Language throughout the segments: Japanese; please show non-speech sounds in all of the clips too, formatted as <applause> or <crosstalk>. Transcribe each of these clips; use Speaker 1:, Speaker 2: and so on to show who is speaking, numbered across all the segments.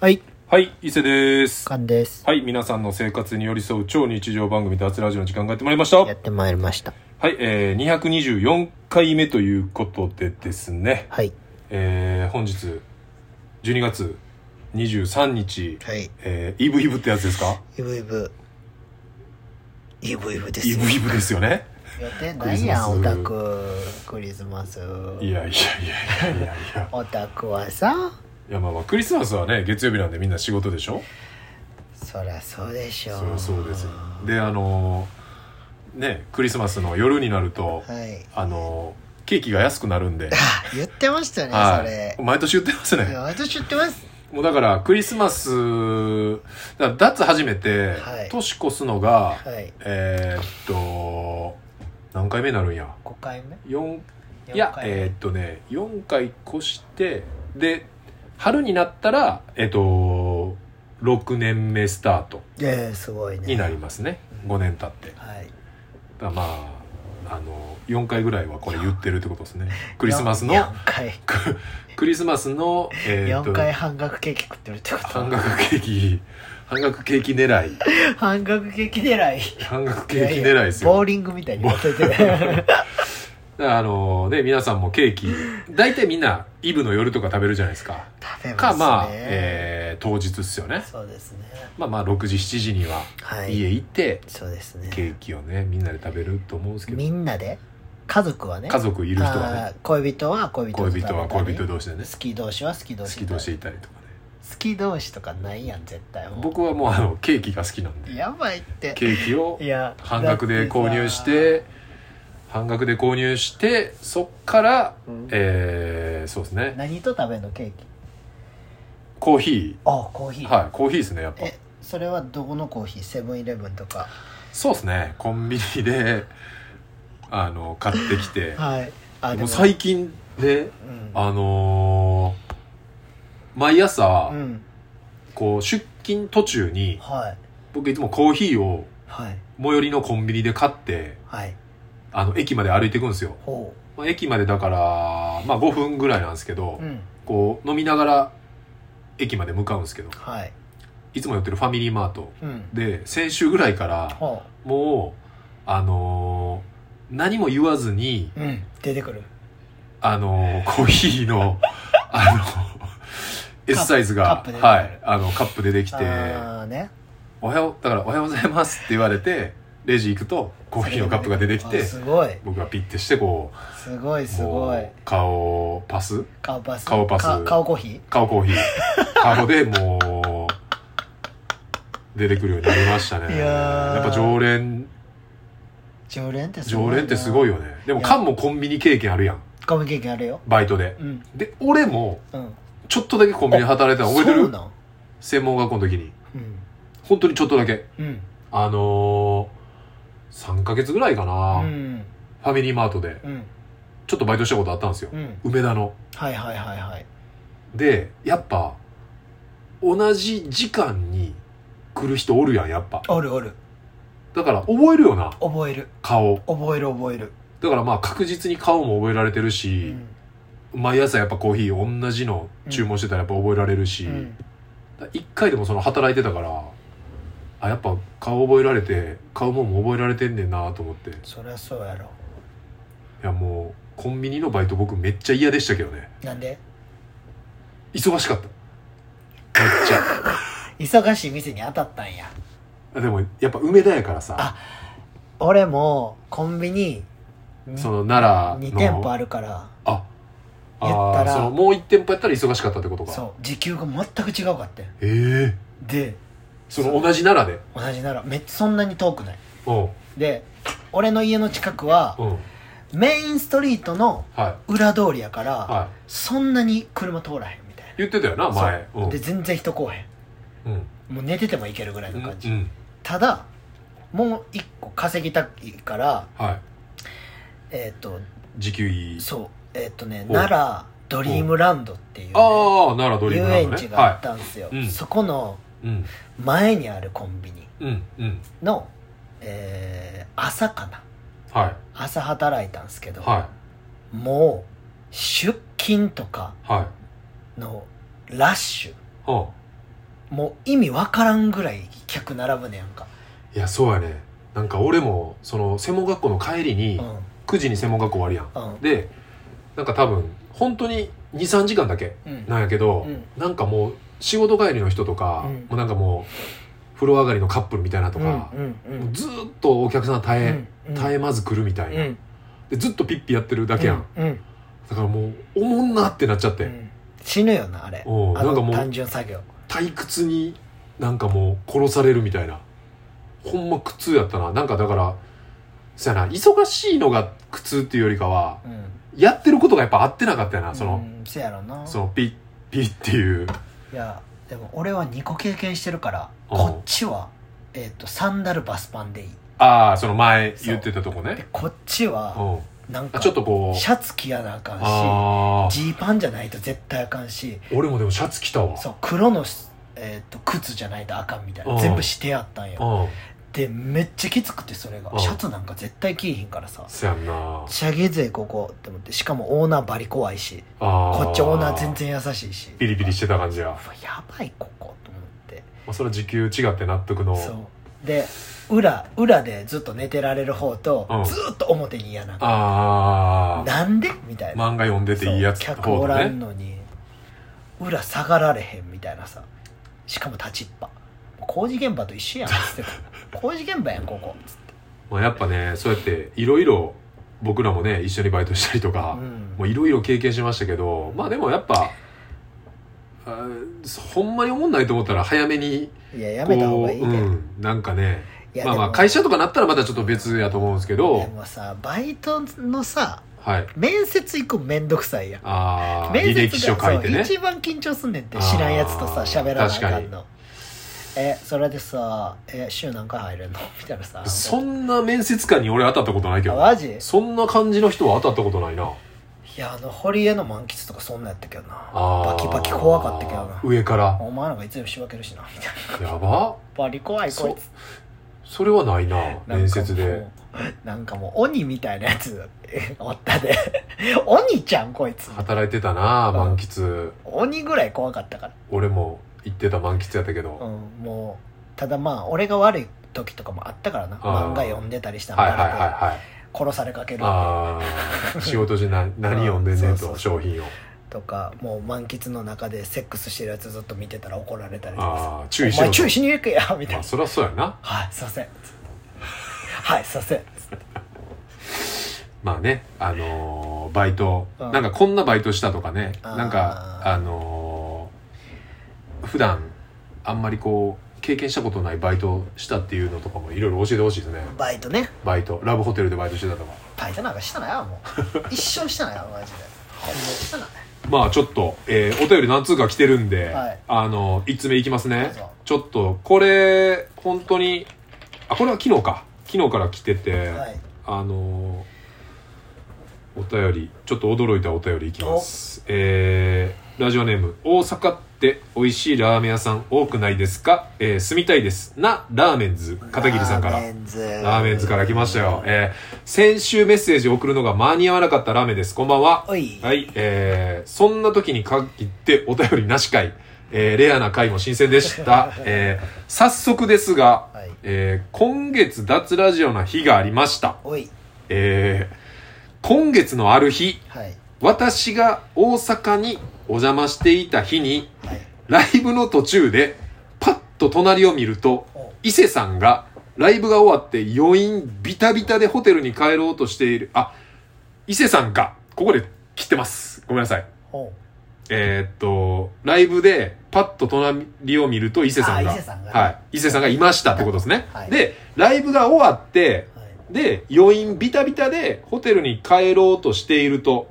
Speaker 1: はい、
Speaker 2: はい、伊勢です。
Speaker 1: カンです。
Speaker 2: はい、皆さんの生活に寄り添う超日常番組脱ラジオの時間がやってまいりました。は
Speaker 1: や
Speaker 2: い
Speaker 1: っ、てまいりました。
Speaker 2: えー、224回目ということでですね、
Speaker 1: はい。
Speaker 2: えー、本日、12月23日、
Speaker 1: はい。
Speaker 2: えー、イブイブってやつです
Speaker 1: <laughs>
Speaker 2: か
Speaker 1: イブイブ。イブイブです
Speaker 2: イ
Speaker 1: よ。
Speaker 2: ブイブですよね。
Speaker 1: 予定ないやん、オ
Speaker 2: クリスマ
Speaker 1: タ
Speaker 2: ス
Speaker 1: ク。クリスマス。
Speaker 2: いやいやいやいやいやいや。
Speaker 1: オタクはさ、
Speaker 2: いやまあまあ、クリスマスはね、月曜日なんでみんな仕事でしょ
Speaker 1: そりゃそうでしょ
Speaker 2: そうそうですよ。で、あのー、ね、クリスマスの夜になると、
Speaker 1: はい。
Speaker 2: あのー、ケーキが安くな
Speaker 1: <laughs>
Speaker 2: るんで、
Speaker 1: あ、言ってましたね、それ。
Speaker 2: 毎年言ってます
Speaker 1: いや
Speaker 2: ね。
Speaker 1: 私知ってます。
Speaker 2: もうだから、クリスマス、だダッツ始めて、
Speaker 1: はい
Speaker 2: 年越すのが、
Speaker 1: はい。
Speaker 2: えーっと、何回目になるんや。
Speaker 1: 5回目
Speaker 2: 四い
Speaker 1: 四
Speaker 2: や、
Speaker 1: 回目
Speaker 2: えーっとね、4回越して、で、春になったら、えーっと、6年目スタート
Speaker 1: ええすごいね。
Speaker 2: になりますね。5年経って。だか
Speaker 1: はい。
Speaker 2: らまあ、あの、4回ぐらいはこれ言ってるってことですね。クリスマスの、
Speaker 1: 4回。
Speaker 2: ククリスマスの、えーっと
Speaker 1: 4回半額ケーキ食ってるってこと
Speaker 2: 半額ケーキ半額ケーキ狙い
Speaker 1: 半額ケーキ狙い。
Speaker 2: 半額ケーキ狙いですよ
Speaker 1: ボーリングみたいに持ってて。
Speaker 2: だからあのね皆さんもケーキ大体みんなイブの夜とか食べるじゃないですか
Speaker 1: 食べますね。
Speaker 2: かまあ、えー当日っすよね
Speaker 1: そうですね。
Speaker 2: まあまあ6時7時には
Speaker 1: はい。
Speaker 2: 家行って
Speaker 1: そうですね。
Speaker 2: ケーキをねみんなで食べると思うんですけど
Speaker 1: みんなで家族はね。
Speaker 2: 家
Speaker 1: 族
Speaker 2: 族いる人はね
Speaker 1: 恋人は恋人と食べ
Speaker 2: 恋
Speaker 1: た
Speaker 2: 人
Speaker 1: り
Speaker 2: は恋人同士でね
Speaker 1: 好き同士は好き
Speaker 2: 好
Speaker 1: 同士。
Speaker 2: き同士いたりとかね
Speaker 1: 好き同士とかないやん、絶対もう。
Speaker 2: 僕はもうあのケーキが好きなんで
Speaker 1: やばいって。
Speaker 2: ケーキを
Speaker 1: いや。
Speaker 2: 半額で購入し
Speaker 1: だって
Speaker 2: 半額で購入してそっから
Speaker 1: さ、うん
Speaker 2: えー、そうですね
Speaker 1: 何と食べんのケーキ
Speaker 2: コーヒ
Speaker 1: あ、コーヒ
Speaker 2: ー
Speaker 1: ー。
Speaker 2: はいコーヒーですねやっぱ
Speaker 1: え、それはどこのコーヒーセブンイレブンとか。
Speaker 2: そうですねコンビニであの買ってきて
Speaker 1: はい。あ、
Speaker 2: もう最近ね
Speaker 1: うん。
Speaker 2: あのー毎朝、
Speaker 1: うん。
Speaker 2: こう出勤途中に
Speaker 1: はい。
Speaker 2: 僕いつもコーヒーを
Speaker 1: はい。
Speaker 2: 最寄りのコンビニで買って
Speaker 1: はい。
Speaker 2: あの駅まで歩いていくんですよ、
Speaker 1: ほ
Speaker 2: まあ、駅までだから、まあ、5分ぐらいなんですけど、
Speaker 1: う。うん。
Speaker 2: こう飲みながら駅まで向かうんですけど
Speaker 1: はい。
Speaker 2: いつも寄ってるファミリーマート
Speaker 1: うん。
Speaker 2: で先週ぐらいから
Speaker 1: ほ
Speaker 2: もうあのー何も言わずに
Speaker 1: う。うん。出てくる。
Speaker 2: あのーコーヒー
Speaker 1: <laughs>
Speaker 2: のあの S サイズが
Speaker 1: カップカ
Speaker 2: は
Speaker 1: ップで
Speaker 2: いあのカップでできて
Speaker 1: ああね。
Speaker 2: おはようだからおはようございますって言われてレジ行くとコーヒーのカップが出てきて
Speaker 1: あすごい
Speaker 2: 僕がピッてしてこ
Speaker 1: すごいうすごい
Speaker 2: もう顔をパス
Speaker 1: 顔パス
Speaker 2: 顔パス
Speaker 1: か顔コーヒー
Speaker 2: 顔コ
Speaker 1: <laughs>
Speaker 2: ーヒー顔でもう出てくるようになりましたね
Speaker 1: いやー
Speaker 2: やっぱ常連
Speaker 1: 常連ってすごい
Speaker 2: 常連ってすごい
Speaker 1: よ
Speaker 2: よねでもカンもコンビニ経験あるやん
Speaker 1: コミュニケーションあるよ
Speaker 2: バイトで
Speaker 1: うん
Speaker 2: で俺も
Speaker 1: うん
Speaker 2: ちょっとだけコンビニで働いてたの覚えて
Speaker 1: そう
Speaker 2: る
Speaker 1: なん
Speaker 2: 専門学校の時に
Speaker 1: うん
Speaker 2: 本当にちょっとだけ
Speaker 1: うん
Speaker 2: あのー、3ヶ月ぐらいか
Speaker 1: う
Speaker 2: な、
Speaker 1: ん
Speaker 2: ファミリーマートで
Speaker 1: うん
Speaker 2: ちょっとバイトしたことあったんですよ
Speaker 1: う、ん
Speaker 2: 梅田の
Speaker 1: はいはいはいはい
Speaker 2: でやっぱ同じ時間に来る人おるやんやっぱ
Speaker 1: おるおる
Speaker 2: だから覚えるよな
Speaker 1: 覚える
Speaker 2: 顔
Speaker 1: 覚える覚える
Speaker 2: だからまあ確実に顔も覚えられてる
Speaker 1: う
Speaker 2: し、
Speaker 1: ん
Speaker 2: 毎朝やっぱコーヒー同じの注文してたらやっぱ覚えられるし、
Speaker 1: うん
Speaker 2: だから一回でもその働いてたからあやっぱ顔覚えられて顔もんも覚えられてんねんなと思ってい
Speaker 1: そりゃそうやろ
Speaker 2: やもうコンビニのバイト僕めっちゃ嫌でしたけどね
Speaker 1: なんで
Speaker 2: 忙しかっためっちゃ <laughs>
Speaker 1: 忙しい店に当たったんや
Speaker 2: あでもやっぱ梅田やからさ
Speaker 1: あ俺もコンビニ
Speaker 2: そ
Speaker 1: 2
Speaker 2: の奈良の
Speaker 1: 店舗あるから
Speaker 2: ああ
Speaker 1: 言った
Speaker 2: ー
Speaker 1: ら
Speaker 2: そのもう一店舗やったら忙しかったってことか
Speaker 1: そう時給が全く違うかってん
Speaker 2: ええ
Speaker 1: で
Speaker 2: その同じ奈良で
Speaker 1: 同じならめっそんなに遠くない
Speaker 2: うん
Speaker 1: で俺の家の近くは
Speaker 2: うん
Speaker 1: メインストリートの
Speaker 2: は
Speaker 1: 裏通りやから、
Speaker 2: いはい
Speaker 1: そんなに車通らへんみたい
Speaker 2: 言ってたよな
Speaker 1: な
Speaker 2: 前
Speaker 1: そうで全然人来おへ
Speaker 2: うんうん
Speaker 1: んもう寝てても行けるぐらいの感じ、
Speaker 2: うん
Speaker 1: ただもう一個稼ぎたいから
Speaker 2: はい
Speaker 1: えっ、と
Speaker 2: 時給いい
Speaker 1: そうえっ、とね
Speaker 2: お
Speaker 1: 奈良ドリームランドっていうね、
Speaker 2: ああ奈良ドリーム
Speaker 1: 遊
Speaker 2: ランド
Speaker 1: 園
Speaker 2: ね
Speaker 1: 地があっ
Speaker 2: は
Speaker 1: たんですよ、
Speaker 2: うん
Speaker 1: そこの
Speaker 2: いうん
Speaker 1: 前にあるコンビニ
Speaker 2: うんうん
Speaker 1: の、えー朝かな
Speaker 2: はい
Speaker 1: 朝働いたんですけど、
Speaker 2: は
Speaker 1: もう出勤とか
Speaker 2: いはい
Speaker 1: のラッシュ
Speaker 2: は
Speaker 1: もう意味わからんぐらい客並ぶねやんか、
Speaker 2: いやそうやねなんか俺もその専門学校の帰り
Speaker 1: う
Speaker 2: に
Speaker 1: んうん
Speaker 2: 9時に専門学校終わるやんでなんか多分本当に23時間だけ
Speaker 1: うん
Speaker 2: なんやけど、
Speaker 1: うん
Speaker 2: なんかもう仕事帰りの人とか、
Speaker 1: うん
Speaker 2: もうなんかもう風呂上がりのカップルみたいなとか、
Speaker 1: うんうんうん
Speaker 2: もうずーっとお客さん耐え、
Speaker 1: うん
Speaker 2: 絶えまず来るみたいな、
Speaker 1: うん
Speaker 2: でずっとピッピやってるだけやん、
Speaker 1: うんうん
Speaker 2: だからもうおもんなってなっちゃって、
Speaker 1: うん死ぬよなあれあ
Speaker 2: おうなんか
Speaker 1: の
Speaker 2: もう
Speaker 1: 単純作業
Speaker 2: 退屈になんかもう殺されるみたいなほんま苦痛やったななんかだからそやな忙しいのが苦痛っていうよりかは
Speaker 1: うん
Speaker 2: やってることがやっぱ合ってなかったよなその、
Speaker 1: うんせやろな
Speaker 2: そのピッピッっていう
Speaker 1: いやでも俺は2個経験してるから
Speaker 2: うん
Speaker 1: こっちはえっとサンダルバスパンでいい
Speaker 2: ああその前言ってたとこね
Speaker 1: でこっち
Speaker 2: う
Speaker 1: は
Speaker 2: ん
Speaker 1: なん
Speaker 2: あ
Speaker 1: か
Speaker 2: ち
Speaker 1: シ
Speaker 2: ょっとこう
Speaker 1: ャツ着やなあかんし
Speaker 2: ああ
Speaker 1: ジーパンじゃないと絶対あかんし
Speaker 2: 俺もでもシャツ着たわ
Speaker 1: そう黒の、えー、と靴じゃないとあかんみたいな
Speaker 2: うん
Speaker 1: 全部指定やったんよ
Speaker 2: うん
Speaker 1: でめっちゃきつくてそれが
Speaker 2: うん
Speaker 1: シャツなんか絶対着いひんからさ
Speaker 2: そやんな
Speaker 1: 仕上げ勢ここって思ってしかもオーナーバリ怖いし
Speaker 2: あ
Speaker 1: こっちオーナー全然優しいし
Speaker 2: ピリピリしてた感じ
Speaker 1: う
Speaker 2: や
Speaker 1: わやばいここと思って
Speaker 2: まあそれは時給違って納得の
Speaker 1: そうで裏裏でずっと寝てられる方と、
Speaker 2: うん
Speaker 1: ずっと表に嫌なの
Speaker 2: ああ
Speaker 1: なんでみたいな
Speaker 2: 漫画読んでていいやつ
Speaker 1: そう
Speaker 2: の
Speaker 1: 客お
Speaker 2: 方
Speaker 1: ら
Speaker 2: だ
Speaker 1: ん
Speaker 2: ね
Speaker 1: のに裏下がられへんみたいなさしかも立ちっぱ工事現場と一緒やんっ
Speaker 2: <laughs>
Speaker 1: つってた工事現場やんここっつって
Speaker 2: まあやっぱねそうやっていろいろ僕らもね一緒にバイトしたりとか
Speaker 1: う、ん
Speaker 2: もういろいろ経験しましたけどまあでもやっぱあーほんまに思んないと思ったら早めに
Speaker 1: いやや
Speaker 2: こう
Speaker 1: めた方がいいで、
Speaker 2: うんなんかね
Speaker 1: いや
Speaker 2: まあまあ会社とかなったらまたちょっと別やと思うんですけ
Speaker 1: で
Speaker 2: ど
Speaker 1: もさバイトのさ
Speaker 2: はい
Speaker 1: 面接行くんめんどくさいやん
Speaker 2: ああ
Speaker 1: 面接
Speaker 2: 履
Speaker 1: が
Speaker 2: 歴書書いてね
Speaker 1: そう一番緊張すんねんって知らんやつとさ
Speaker 2: あー
Speaker 1: 喋らなあかんのえそれでさ「え週何回入れんの?」みたいなさ
Speaker 2: そんな面接官に俺当たったことないけ
Speaker 1: あ
Speaker 2: ど
Speaker 1: マジ
Speaker 2: そんな感じの人は当たったことないない
Speaker 1: やあの堀江の満喫とかそんなんやったけどな
Speaker 2: あー
Speaker 1: バキバキ怖かったけどな
Speaker 2: 上から
Speaker 1: お前なんかいつでも仕分けるしなみたいな
Speaker 2: やば
Speaker 1: バリ怖いこい
Speaker 2: そ
Speaker 1: つ
Speaker 2: それはないな
Speaker 1: なんかもう
Speaker 2: 面接で
Speaker 1: なんかもう鬼みたいなやつ <laughs> えおったで鬼ちゃんこいつ
Speaker 2: 働いてたな
Speaker 1: うん
Speaker 2: 満喫
Speaker 1: 鬼ぐらい怖かったから
Speaker 2: 俺も行ってた満喫やったけ
Speaker 1: う
Speaker 2: ど
Speaker 1: んもうただまあ俺が悪い時とかもあったからな
Speaker 2: あー
Speaker 1: 漫画読んでたりしたの
Speaker 2: はいはい
Speaker 1: バ
Speaker 2: は
Speaker 1: レ
Speaker 2: い
Speaker 1: て
Speaker 2: はい
Speaker 1: 殺されかける
Speaker 2: ああ仕事中な何読んでんね
Speaker 1: うんんそうそ
Speaker 2: と
Speaker 1: う
Speaker 2: 商品を
Speaker 1: とかもう満喫の中でセックスしてるやつずっと見てたら怒られたりとか
Speaker 2: ああ
Speaker 1: さ「
Speaker 2: 注意
Speaker 1: お
Speaker 2: しろ
Speaker 1: 前
Speaker 2: と
Speaker 1: 注意しに行くや」みたい
Speaker 2: まあ
Speaker 1: な
Speaker 2: そりゃそうやな
Speaker 1: 「はいすいません」はいすいません」
Speaker 2: まあねあのーバイト
Speaker 1: うん
Speaker 2: なんかこんなバイトしたとかね
Speaker 1: あー
Speaker 2: なんかあのー普段あんまりこう経験したことないバイトしたっていうのとかもいろいろ教えてほしいですね
Speaker 1: バイトね
Speaker 2: バイトラブホテルでバイトしてたとか
Speaker 1: バイトなんかしたなよも
Speaker 2: <laughs>
Speaker 1: う一生したなよマジでほんまにしたな
Speaker 2: まあちょっと、えーお便り何通か来てるんで、
Speaker 1: はい
Speaker 2: あの1つ目いきますね
Speaker 1: どうぞ
Speaker 2: ちょっとこれ本当にあこれは昨日か昨日から来てて、
Speaker 1: はい
Speaker 2: あのーお便りちょっと驚いたお便りいきますえーラジオネーム大阪って美味しいラーメン屋さん多くないですか、えー住みたいですなラーメンズ片桐さんから
Speaker 1: ラーメンズ
Speaker 2: ラーメンズから来ましたよ、えー先週メッセージ送るのが間に合わなかったラーメンですこんばんは
Speaker 1: おい
Speaker 2: はい、えー、そんな時に限ってお便りなし会、えーレアな回も新鮮でした、えー早速ですが、
Speaker 1: はい
Speaker 2: えー今月脱ラジオな日がありました、
Speaker 1: おい
Speaker 2: えー今月のある日
Speaker 1: はい
Speaker 2: 私が大阪にお邪魔していた日に
Speaker 1: はい
Speaker 2: ライブの途中でパッと隣を見ると
Speaker 1: お
Speaker 2: 伊勢さんがライブが終わって余韻ビタビタでホテルに帰ろうとしているあ伊勢さんかここで切ってますごめんなさい
Speaker 1: お
Speaker 2: えーっとライブでパッと隣を見ると伊勢さん
Speaker 1: あ
Speaker 2: が
Speaker 1: 伊勢さんが
Speaker 2: はい、伊勢さんがいましたってことですね、
Speaker 1: はい
Speaker 2: でライブが終わって
Speaker 1: はい
Speaker 2: で余韻ビタビタでホテルに帰ろうとしていると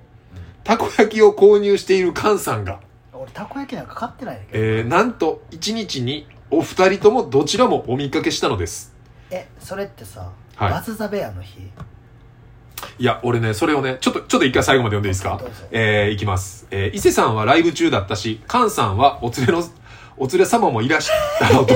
Speaker 2: たこ焼きを購入している菅さんが、
Speaker 1: 俺たこ焼きなんか買ってないねんけど
Speaker 2: えーなんと1日にお二人ともどちらもお見かけしたのです
Speaker 1: えそれってさ
Speaker 2: はい
Speaker 1: バズ・ザ・ベアの日
Speaker 2: いや俺ねそれをねちょっとちょっと一回最後まで読んでいいですか
Speaker 1: どうぞ
Speaker 2: えー、いきます、えー伊勢さんはライブ中だったし菅さんはお連れのお連れ様もいらし
Speaker 1: <laughs>
Speaker 2: たのと、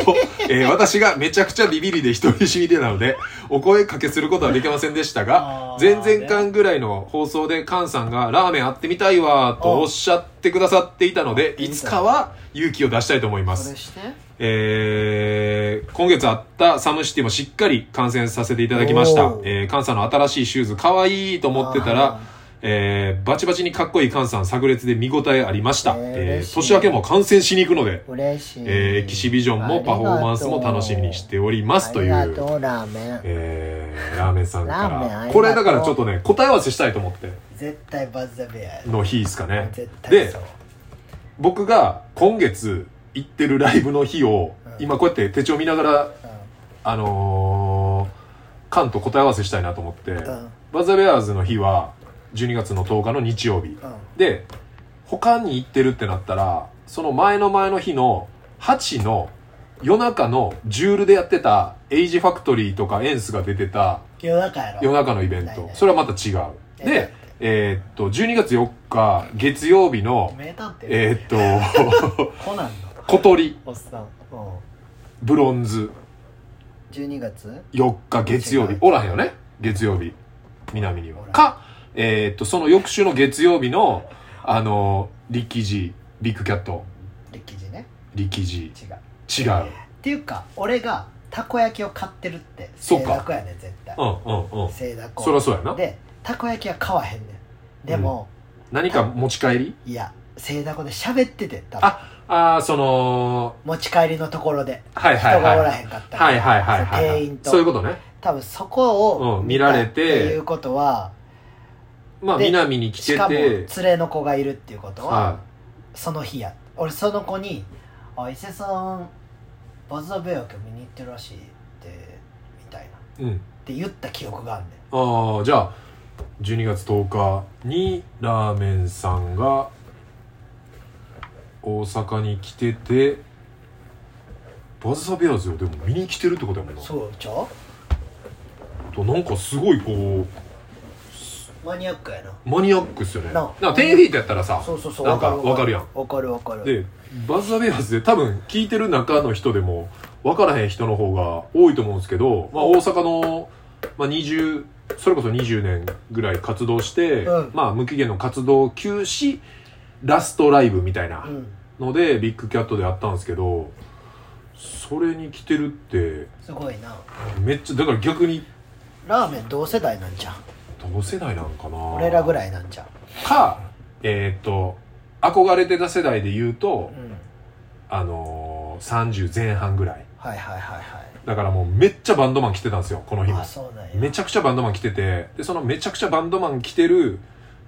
Speaker 2: えー私がめちゃくちゃビビりで独り占めでなのでお声かけすることはできませんでしたが
Speaker 1: あ
Speaker 2: 前
Speaker 1: ー
Speaker 2: 々回ぐらいの放送で菅さんがラーメンあってみたいわーとおっしゃってくださっていたので
Speaker 1: あ
Speaker 2: いつかは勇気を出したいと思いま
Speaker 1: そ
Speaker 2: す
Speaker 1: れして
Speaker 2: えー今月あったサムシティもしっかり観戦させていただきました
Speaker 1: おー。
Speaker 2: えー、カンさんの新しいシューズ、可愛いと思ってた
Speaker 1: あー
Speaker 2: ら、えーバチバチにかっこいいカンさん、炸裂で見応えありました。
Speaker 1: えー嬉
Speaker 2: えー
Speaker 1: しい
Speaker 2: 年明けも観戦しに行くので、
Speaker 1: 嬉しい、
Speaker 2: えーエキシビジョンもパフォーマンスも楽しみにしておりますという
Speaker 1: ありがとうラーメン
Speaker 2: えーラーメンさん
Speaker 1: ラーメンあり
Speaker 2: か
Speaker 1: がと
Speaker 2: ら。
Speaker 1: う
Speaker 2: これだからちょっとね、答え合わせしたいと思って、
Speaker 1: 絶対バズザベアや
Speaker 2: の日ですかね。
Speaker 1: 絶対
Speaker 2: で
Speaker 1: そう、
Speaker 2: 僕が今月行ってるライブの日を、
Speaker 1: うん
Speaker 2: 今こうやって手帳見ながら、あのー、カンと答え合わせしたいなと思って、
Speaker 1: うんうん
Speaker 2: バザベアーズの日は12月の10日の日曜日。
Speaker 1: うん
Speaker 2: で、他に行ってるってなったら、その前の前の日の8の夜中のジュールでやってたエイジファクトリーとかエンスが出てた
Speaker 1: 夜中やろ
Speaker 2: 夜中のイベン
Speaker 1: ない
Speaker 2: ト
Speaker 1: ない
Speaker 2: それはまた違う
Speaker 1: え
Speaker 2: でえーっと12月4日月曜日の
Speaker 1: 名探偵
Speaker 2: えーっと
Speaker 1: <laughs> コナンの
Speaker 2: 小鳥
Speaker 1: おっさん、うん、
Speaker 2: ブロンズ
Speaker 1: 12月
Speaker 2: 4日月曜日おらへんよね月曜日南には
Speaker 1: おらん
Speaker 2: かえーっとその翌週の月曜日のあの力士ビッグキャット
Speaker 1: 歴史ね
Speaker 2: 力士
Speaker 1: 違うっ
Speaker 2: 違う
Speaker 1: ていうか俺がたこ焼きを買ってるってせ
Speaker 2: そっ
Speaker 1: い
Speaker 2: か
Speaker 1: だこやねん絶対
Speaker 2: うんうんうん
Speaker 1: せいだこ
Speaker 2: そりゃそうやな
Speaker 1: でたこ焼きは買わへんねんでも、
Speaker 2: 何か持ち帰り
Speaker 1: いやせいだこで喋ってて多分
Speaker 2: あああその
Speaker 1: 持ち帰りのところで
Speaker 2: はい
Speaker 1: 人
Speaker 2: はいは
Speaker 1: が
Speaker 2: い
Speaker 1: お
Speaker 2: は
Speaker 1: ら
Speaker 2: い
Speaker 1: へんかったから
Speaker 2: はいはいはいはい
Speaker 1: 店員と
Speaker 2: そういうことね
Speaker 1: 多分そこを
Speaker 2: うん見られて
Speaker 1: たっていうことは
Speaker 2: まあ
Speaker 1: で
Speaker 2: 南に来て
Speaker 1: しかも連
Speaker 2: て
Speaker 1: れの子がいるっていうことは、
Speaker 2: は
Speaker 1: その日や俺その子に「あ伊勢さんバズ・ザ・ベア今日見に行ってるらしい」ってみたいなっ
Speaker 2: いうん
Speaker 1: て言った記憶があんねん
Speaker 2: ああじゃあ12月10日にラーメンさんが大阪に来ててバズサベアーズよでも見に来てるってことやもんな
Speaker 1: そうちゃう
Speaker 2: となんかすごいこ
Speaker 1: マニアックやな
Speaker 2: うマニアックっすよね
Speaker 1: な
Speaker 2: なんか10フィートやったらさ
Speaker 1: そうそうそう
Speaker 2: なんか
Speaker 1: わ
Speaker 2: わか
Speaker 1: わかるわかる
Speaker 2: でバズ・ザ・ベアーズで多分聞いてる中の人でも分からへん人の方が多いと思うんですけど、まあ、大阪の、まあ、20それこそ20年ぐらい活動して、
Speaker 1: うん
Speaker 2: まあ、無期限の活動休止ラストライブみたいな
Speaker 1: うん
Speaker 2: ので、ビッグキャットであったんですけどそれに来てるって
Speaker 1: すごいな
Speaker 2: めっちゃだから逆に
Speaker 1: ラーメン同世代なんじゃん
Speaker 2: 同世代なんかな
Speaker 1: 俺らぐ
Speaker 2: い
Speaker 1: らいなんじゃん
Speaker 2: かえーっと憧れてた世代で言う
Speaker 1: う
Speaker 2: と、
Speaker 1: ん
Speaker 2: あのー、30前半ぐらい
Speaker 1: はいはいはいはい
Speaker 2: だからもうめっちゃバンドマン来てたんですよこの日も
Speaker 1: あそうなんや
Speaker 2: めちゃくちゃバンドマン来ててでそのめちゃくちゃバンドマン来てる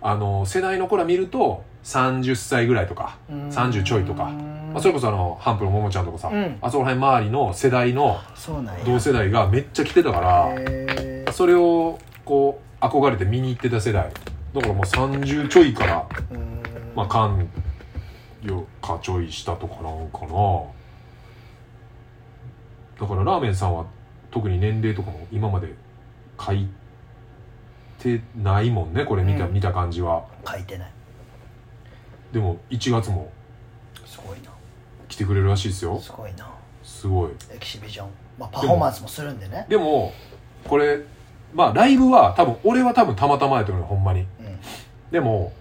Speaker 2: あの世代の子ら見ると30歳ぐらいとか、
Speaker 1: うん
Speaker 2: 30ちょいとかまあ、それこそあのハンプのももちゃんとかさ、
Speaker 1: うん
Speaker 2: あそこら辺周りの世代の
Speaker 1: そうなんや
Speaker 2: 同世代がめっちゃ来てたから
Speaker 1: へー
Speaker 2: それをこう憧れて見に行ってた世代だからもう30ちょいから
Speaker 1: うん
Speaker 2: まあ勘よかちょいしたとかなんかなだからラーメンさんは特に年齢とかも今まで書いてないもんねこれ見た,、
Speaker 1: うん
Speaker 2: 見た感じは
Speaker 1: 書いてない
Speaker 2: でも1月も
Speaker 1: すごいな
Speaker 2: 来てくれるらしいですよ
Speaker 1: すごいな
Speaker 2: すごい
Speaker 1: エキシビジョン、まあ、パフォーマンスもするんでね
Speaker 2: でもこれまあライブは多分俺は多分たまたまやと思うよほんまに
Speaker 1: うん
Speaker 2: でも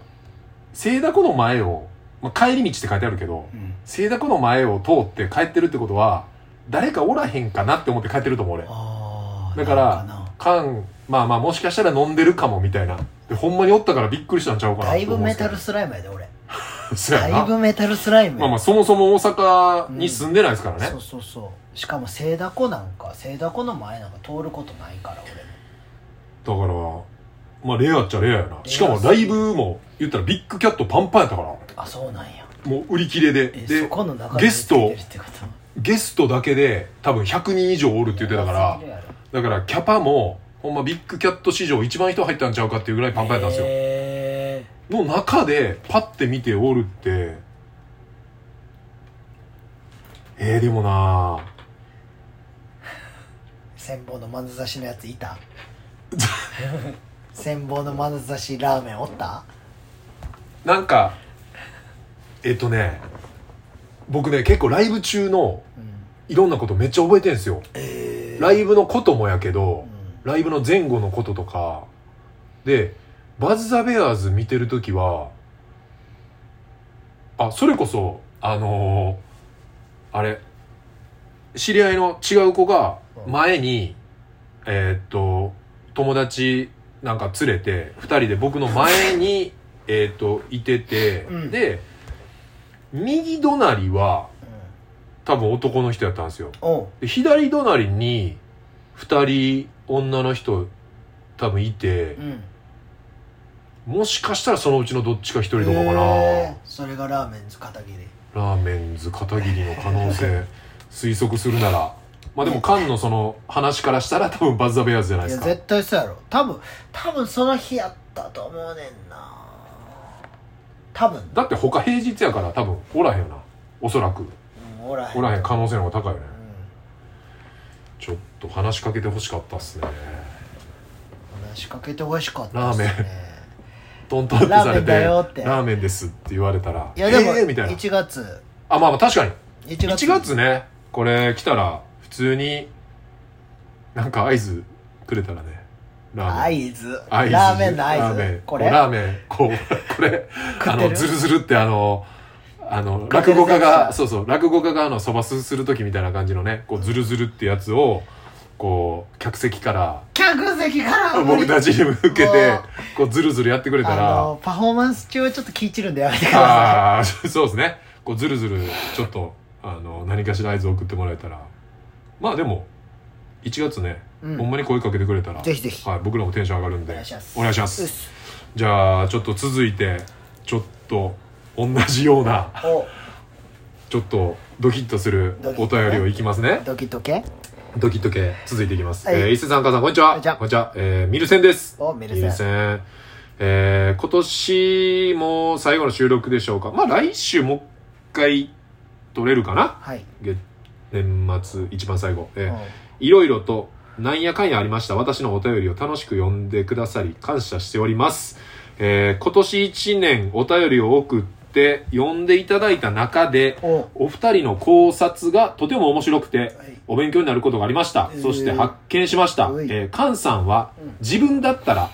Speaker 2: 聖だこの前を、まあ、帰り道って書いてあるけど
Speaker 1: うん
Speaker 2: 聖だこの前を通って帰ってるってことは誰かおらへんかなって思って帰ってると思う俺
Speaker 1: あー
Speaker 2: だから
Speaker 1: なんな
Speaker 2: 缶まあまあもしかしたら飲んでるかもみたいなでほんまにおったからびっくりしたんちゃうかな
Speaker 1: だいぶメタル
Speaker 2: と
Speaker 1: スライムやで俺
Speaker 2: 思うんですけど <laughs> そう
Speaker 1: だ
Speaker 2: や
Speaker 1: い
Speaker 2: な
Speaker 1: ぶメタルスライム
Speaker 2: まあまあ
Speaker 1: や
Speaker 2: そもそも大阪に住んでないですからね、
Speaker 1: そうそうそうしかもセイダコなんかセイダコの前なんか通ることないから俺も
Speaker 2: だからまあレアっちゃレアやなしかもライブも言ったらビッグキャットパンパンやったから
Speaker 1: あそうなんや
Speaker 2: もう売り切れで
Speaker 1: えそ
Speaker 2: で
Speaker 1: この中
Speaker 2: ゲスト
Speaker 1: 出てるってこと
Speaker 2: ゲストだけで多分100人以上おるって言ってたから
Speaker 1: やばすぎるやろ
Speaker 2: だからキャパもほんまビッグキャット史上一番人入ったんちゃうかっていうぐらいパンパンやったんですよ、
Speaker 1: へ
Speaker 2: の中でパッて見ておるってえー、でもな
Speaker 1: ー千本のま差しのやつい
Speaker 2: <laughs>
Speaker 1: た千本のま差しラーメンおった
Speaker 2: なんかえっとね僕ね結構ライブ中の
Speaker 1: うん
Speaker 2: いろんなことめっちゃ覚えてんすよ
Speaker 1: え
Speaker 2: ライブのこともやけど
Speaker 1: う、ん
Speaker 2: ライブの前後のこととかでバズ・ザ・ベアーズ見てる時はあそれこそあのーあれ知り合いの違う子が前に、えーっと友達なんか連れて2人で僕の前にえーっといてて、
Speaker 1: うん
Speaker 2: で右隣は多分男の人やったんですよ
Speaker 1: おう
Speaker 2: で左隣に2人女の人多分いて
Speaker 1: う、ん
Speaker 2: もしかしたらそのうちのどっちか1人とかかな、
Speaker 1: へーそれがラーメンズ片切り
Speaker 2: ラーメンズ片桐の可能性推測するならまあでも菅のその話からしたら多分バズ・ザ・ベアーズじゃない
Speaker 1: い
Speaker 2: で
Speaker 1: や
Speaker 2: すか
Speaker 1: 絶対そうやろ多分多分その日やったと思うねんな多分
Speaker 2: だって他平日やから多分おらへんよなおそらく
Speaker 1: うんおらへん
Speaker 2: おらへん可能性の方が高いよね
Speaker 1: うん
Speaker 2: ちょっと話しかけてほしかったっすね
Speaker 1: 話しかけてほしかったっすね
Speaker 2: ラートントンってさ
Speaker 1: ラーメ
Speaker 2: れ
Speaker 1: ン
Speaker 2: て
Speaker 1: だよって
Speaker 2: ラーメンです」って言われたら「
Speaker 1: いやでも
Speaker 2: えーみたいな
Speaker 1: 1月
Speaker 2: あまあまあ確かに
Speaker 1: 1
Speaker 2: 1月ねこれ来たら普通になんか合図くれたらねラーメン
Speaker 1: 合図
Speaker 2: 合図
Speaker 1: ラーメンの合
Speaker 2: ラーメン
Speaker 1: 図これ
Speaker 2: ラーメンこうこ
Speaker 1: <laughs>
Speaker 2: れあのズルズルってあのあの
Speaker 1: 食って
Speaker 2: 落
Speaker 1: る
Speaker 2: 語家
Speaker 1: や
Speaker 2: が
Speaker 1: つ
Speaker 2: そうそう落語家があのそばすする時みたいな感じのねこうズルズルってやつをこう客
Speaker 1: <laughs>
Speaker 2: 席から
Speaker 1: 客席から
Speaker 2: 僕たちに向け
Speaker 1: も
Speaker 2: て
Speaker 1: う
Speaker 2: こうズルズルやってくれた
Speaker 1: あ
Speaker 2: ら
Speaker 1: のパフォーマンス中はちょっと聞い散るんでやめてくださ
Speaker 2: ああー <laughs> そうですねこうズルズルちょっとあの何かしら合図を送ってもらえたらまあでも1月ね、
Speaker 1: うん
Speaker 2: ほんまに声かけてくれたら
Speaker 1: ぜひぜひ
Speaker 2: はい、僕らもテンション上がるんで
Speaker 1: お願いします
Speaker 2: お願いしま
Speaker 1: い
Speaker 2: す
Speaker 1: うっす
Speaker 2: じゃあちょっと続いてちょっと同じような
Speaker 1: お
Speaker 2: ちょっとドキッとする
Speaker 1: ドキ
Speaker 2: お
Speaker 1: ッとね
Speaker 2: 便りをいきますね
Speaker 1: ドキドキ
Speaker 2: ドキッと系続いていきます、
Speaker 1: はい
Speaker 2: えー伊勢さん母さんこんにちは
Speaker 1: こんにちは
Speaker 2: えーミルセンです
Speaker 1: おメ
Speaker 2: ミ
Speaker 1: ル
Speaker 2: ル
Speaker 1: セ
Speaker 2: セ
Speaker 1: ン
Speaker 2: ンえー今年も最後の収録でしょうかまあ来週もう一回撮れるかな
Speaker 1: はい
Speaker 2: 月年末一番最後えー
Speaker 1: うん
Speaker 2: いろいろとなんやかんやありました私のお便りを楽しく読んでくださり感謝しております、えー今年1年お便りを送って読んでいただいた中で
Speaker 1: おは
Speaker 2: お二人の考察がとても面白くて
Speaker 1: い
Speaker 2: お勉強になることがありました、
Speaker 1: えー
Speaker 2: そして発見しました、
Speaker 1: うい
Speaker 2: えー、菅さんは
Speaker 1: うん
Speaker 2: 自分だったら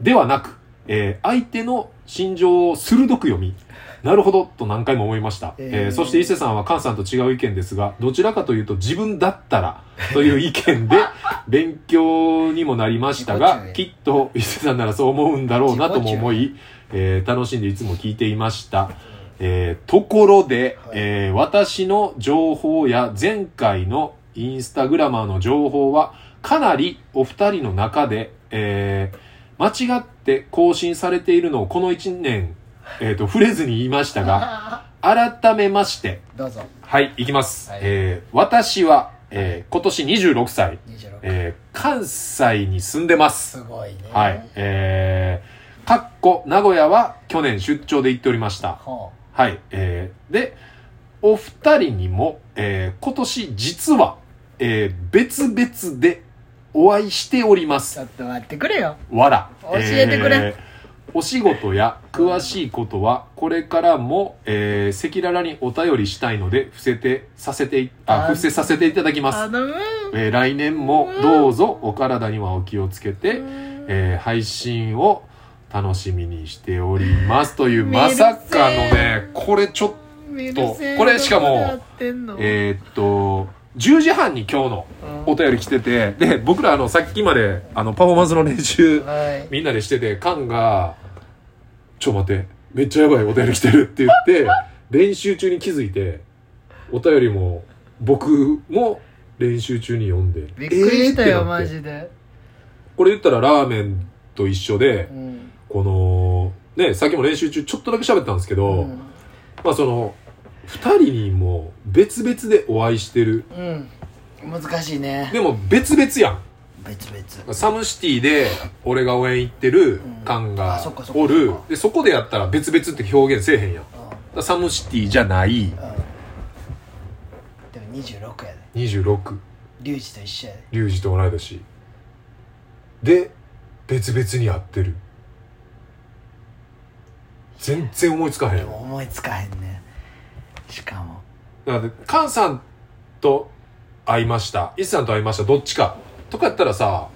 Speaker 2: ではなく、えー相手の心情を鋭く読みなるほどと何回も思いました、
Speaker 1: えー
Speaker 2: えーそして伊勢さんは菅さんと違う意見ですがどちらかというと自分だったらという意見で
Speaker 1: <laughs>
Speaker 2: 勉強にもなりました
Speaker 1: 自己中
Speaker 2: が
Speaker 1: や
Speaker 2: きっと伊勢さんならそう思うんだろうなとも思い、えー楽しんでいつも聞いていましたえーところで、
Speaker 1: はい
Speaker 2: えー私の情報や前回のインスタグラマーの情報はかなりお二人の中で、えー間違って更新されているのをこの1年、えーと触れずに言いまし
Speaker 1: <laughs>
Speaker 2: たが改めまして
Speaker 1: どうぞ
Speaker 2: はいいきます、
Speaker 1: はい
Speaker 2: えー私は、えー今年26歳、
Speaker 1: 26
Speaker 2: えー関西に住んでます
Speaker 1: すごいね
Speaker 2: はいえーかっこ名古屋は去年出張で行っておりました
Speaker 1: ほ
Speaker 2: はい、えーで、お二人にも、えー今年実は、えー別々でお会いしておりま
Speaker 1: う
Speaker 2: す
Speaker 1: ち。ょっと待ってくれよ
Speaker 2: わら。
Speaker 1: 教えてくれ
Speaker 2: ーお仕事や詳しいことは、これからも、えー、赤裸々にお便りしたいので、伏せて、させてい、あ、
Speaker 1: あ
Speaker 2: 伏せさせていただきます。
Speaker 1: あのうん
Speaker 2: えー来年もどうぞお体にはお気をつけて、えー配信を楽しみにしておりますという
Speaker 1: メル
Speaker 2: ま
Speaker 1: セン
Speaker 2: さかのねこれちょっ
Speaker 1: メ
Speaker 2: と
Speaker 1: ルセン
Speaker 2: これしかも
Speaker 1: どうなってんの
Speaker 2: とえーっと10時半に今日の
Speaker 1: うん
Speaker 2: お便り来ててで僕らあのさっきまであのパフォーマンスの練習
Speaker 1: はい
Speaker 2: みんなでしててカンが「ちょ待ってめっちゃやばいお便り来てる」って言って練習中に気づいてお便りも僕も練習中に読んで
Speaker 1: びっくりした
Speaker 2: えー
Speaker 1: よ
Speaker 2: ってなっ
Speaker 1: マ
Speaker 2: て
Speaker 1: ジで
Speaker 2: これ言ったらラーメンと一緒で
Speaker 1: う、ん
Speaker 2: この、ね、さっきも練習中ちょっとだけ喋ったんですけど、
Speaker 1: うん
Speaker 2: まあその、二人にも別々でお会いしてる。
Speaker 1: うん難しいね
Speaker 2: でも別々や
Speaker 1: 別々
Speaker 2: ん。サムシティで俺が応援行ってる
Speaker 1: ん
Speaker 2: 感
Speaker 1: あ
Speaker 2: が
Speaker 1: そっかそっか
Speaker 2: おる、
Speaker 1: そっか
Speaker 2: で、そこでやったら別々って表現せえへんやん。だか
Speaker 1: うん
Speaker 2: らサムシティじゃない
Speaker 1: うんでも26やで
Speaker 2: 26、
Speaker 1: リュウジと一緒やで
Speaker 2: リュウジと同い年。で、別々に会ってる。全然思いつかへん
Speaker 1: でも思いつかへんねしかも
Speaker 2: なので、菅さんと会いました、イスさんと会いました、どっちか。とかやったらさ、ま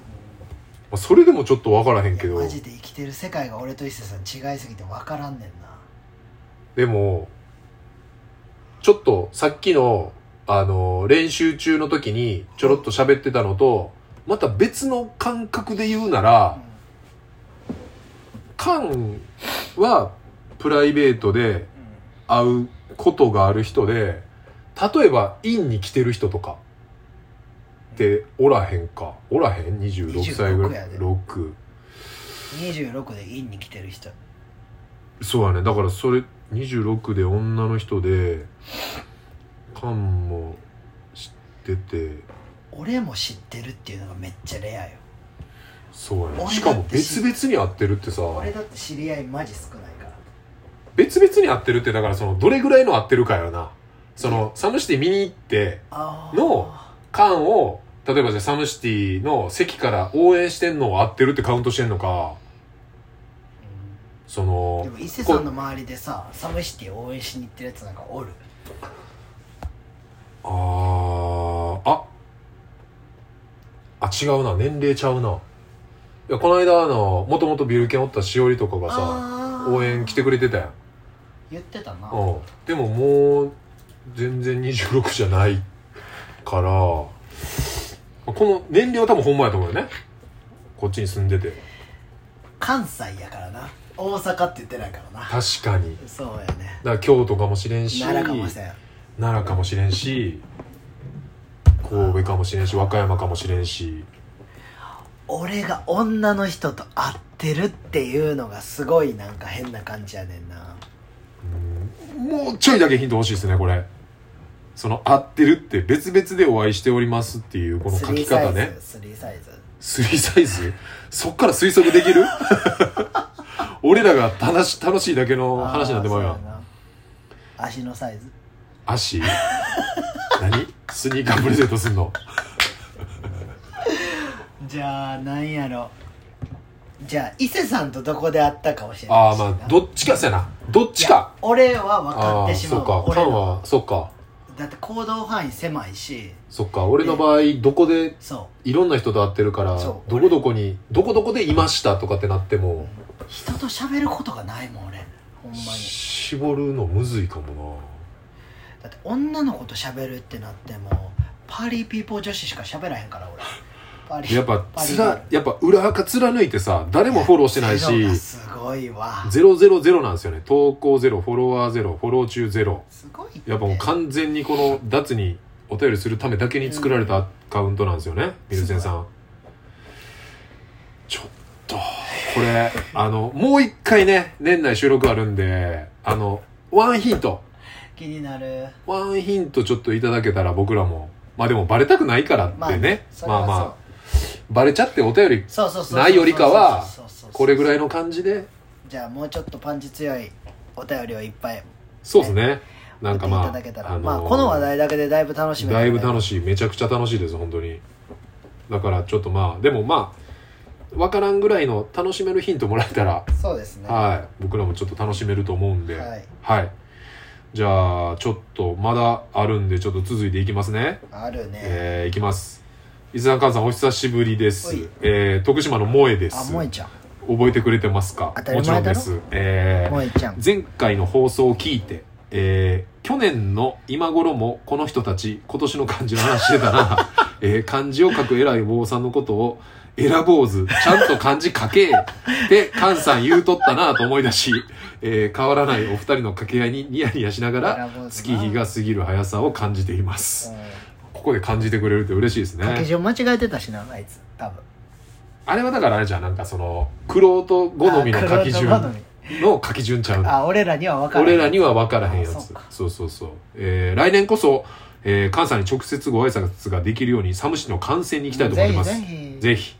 Speaker 2: あそれでもちょっとわからへんけど
Speaker 1: マ、ジで生きてる世界が俺と伊勢さん違いすぎて分からんねんな
Speaker 2: でも、ちょっとさっきの、ああの練習中の時にちょろっと喋ってたのとまた別の感覚で言うならカンはプライベートで会うことがある人で例えば院に来てる人とかっておらへんかおらへん26歳ぐ
Speaker 1: 26
Speaker 2: ら
Speaker 1: や
Speaker 2: い
Speaker 1: で
Speaker 2: 6
Speaker 1: 26で院に来てる人
Speaker 2: そうやねだからそれ26で女の人でカンも知ってて
Speaker 1: 俺も知ってるっていうのがめっちゃレアよ
Speaker 2: そうや
Speaker 1: 俺だっ
Speaker 2: ね
Speaker 1: て
Speaker 2: しかも別々に会ってるってさ
Speaker 1: 俺だって知り合いマジ少ないから
Speaker 2: 別々に会ってるってだからそのどれぐらいの会ってるかやなそのサムシティ見に行って
Speaker 1: あー
Speaker 2: のカンを例えばじゃあサムシティの席から応援してんのを会ってるってカウントしてんのかそ
Speaker 1: うん
Speaker 2: の
Speaker 1: でも伊勢さんの周りでさサムシティを応援しに行ってるやつなんかおる
Speaker 2: あーああ違うな年齢ちゃうないやこの間あのもともとビルケンおったしおりとかがさ
Speaker 1: あー
Speaker 2: 応援来てくれてたやん
Speaker 1: 言ってたな
Speaker 2: うんでももう全然26じゃないからこの年齢は多分ほんまやと思うよねこっちに住んでて
Speaker 1: 関西やからな大阪って言ってないからな
Speaker 2: 確かに
Speaker 1: そうやね
Speaker 2: だから京都かもしれんし
Speaker 1: 奈良かもしれん
Speaker 2: 奈良かもしれんし神戸かもしれんし和歌山かもしれんし
Speaker 1: 俺が女の人と会ってるっていうのがすごいなんか変な感じやねんな
Speaker 2: もうちょいだけヒント欲しいですねこれその合ってるって別々でお会いしておりますっていうこの書き方ね
Speaker 1: スリーサイズ
Speaker 2: スリーサイズそっから推測できる <laughs> 俺らが楽し楽しいだけの話になってまうや
Speaker 1: あーそ
Speaker 2: ん
Speaker 1: やな足のサイズ
Speaker 2: 足何スニーカープレゼントすんの
Speaker 1: じゃあなんやろじゃあ伊勢さんとどこで会ったか教えてほしいな
Speaker 2: ああまあどっちかっすやなどっちか
Speaker 1: 俺は分か
Speaker 2: あ
Speaker 1: っ
Speaker 2: あ
Speaker 1: て
Speaker 2: ー
Speaker 1: しま
Speaker 2: そうっか
Speaker 1: 俺
Speaker 2: カン
Speaker 1: の
Speaker 2: はそっか
Speaker 1: だって行動範囲狭いし
Speaker 2: そっか俺の場合どこで
Speaker 1: そ
Speaker 2: いろんな人と会ってるから
Speaker 1: そう
Speaker 2: どこどこにどこどこでいましたとかってなっても
Speaker 1: う人と喋ることがないもん俺ほんまに
Speaker 2: 絞るのむずいかも
Speaker 1: だって女の子と喋るってなってもパーリーピーポー女子しか喋らへんから俺パーリ
Speaker 2: な
Speaker 1: ー
Speaker 2: やっぱ
Speaker 1: パーリ
Speaker 2: つ
Speaker 1: ー
Speaker 2: らやっぱ裏垢貫いてさ誰もフォローしてないし
Speaker 1: ゼロがすごいわ
Speaker 2: 000なんですよね投稿ゼロフォロワーゼロフォロー中ゼロ
Speaker 1: すごいって
Speaker 2: やっぱもう完全にこの脱にお便りするためだけに作られたアカウントなんですよね、ミルセンさんちょっとこれあのもう一回ね年内収録あるんであのワンヒント
Speaker 1: 気になる
Speaker 2: ワンヒントちょっといただけたら僕らもまあでもバレたくないからってね
Speaker 1: それ
Speaker 2: ま
Speaker 1: はそう
Speaker 2: あまあバレちゃってお便り
Speaker 1: そうそうそう
Speaker 2: ないよりかは
Speaker 1: そうそうそうそう
Speaker 2: これぐらいの感じで
Speaker 1: じゃあもうちょっとパンチ強いお便りをいっぱい
Speaker 2: そうですねなんかま
Speaker 1: 送
Speaker 2: あ
Speaker 1: っていただけたら、
Speaker 2: あのー
Speaker 1: まあこの話題だけでだいぶ楽しみ
Speaker 2: だいぶ楽
Speaker 1: し
Speaker 2: しいめちゃくちゃ楽しいです本当にだからちょっとまあでもまあ分からんぐらいの楽しめるヒントもらえたら、
Speaker 1: そうですね
Speaker 2: はい僕らもちょっと楽しめると思うんで
Speaker 1: はい、
Speaker 2: はいじゃあちょっとまだあるんでちょっと続いていきますね
Speaker 1: あるね、
Speaker 2: えー、いきます伊豆さん菅さんお久しぶりで
Speaker 1: おい
Speaker 2: す、えー、徳島の萌えです
Speaker 1: あ萌えちゃん
Speaker 2: 覚えてくれてますか
Speaker 1: 当た
Speaker 2: も
Speaker 1: り
Speaker 2: ちろ
Speaker 1: 前
Speaker 2: ん
Speaker 1: だろ
Speaker 2: です、えー、
Speaker 1: 萌えちゃん
Speaker 2: 前回の放送を聞いて、えー去年の今頃もこの人たち今年の漢字の話してたな、 <laughs> えー漢字を書く偉いお坊さんのことを「選ぼうずちゃんと漢字書け」って菅さん言うとったなと思い出し、えー変わらないお二人の掛け合いにニヤニヤしながら月日が過ぎる速さを感じていますここで感じてくれるって嬉しいです
Speaker 1: 掛け
Speaker 2: ね
Speaker 1: 順間違えてたしなあいつ多分
Speaker 2: あれはだからあれじゃんなんかその玄人好みの書き順
Speaker 1: あ黒人好
Speaker 2: の書き順ちゃうの
Speaker 1: みあ俺らには分から
Speaker 2: 俺らには分からへんや
Speaker 1: あそ
Speaker 2: つ
Speaker 1: うか
Speaker 2: そうそうそう、えー来年こそ、えー、関西に直接ご挨拶ができるように寒市の観戦に行きたいと思います
Speaker 1: ぜ
Speaker 2: ぜ
Speaker 1: ひぜ
Speaker 2: ひ
Speaker 1: ひ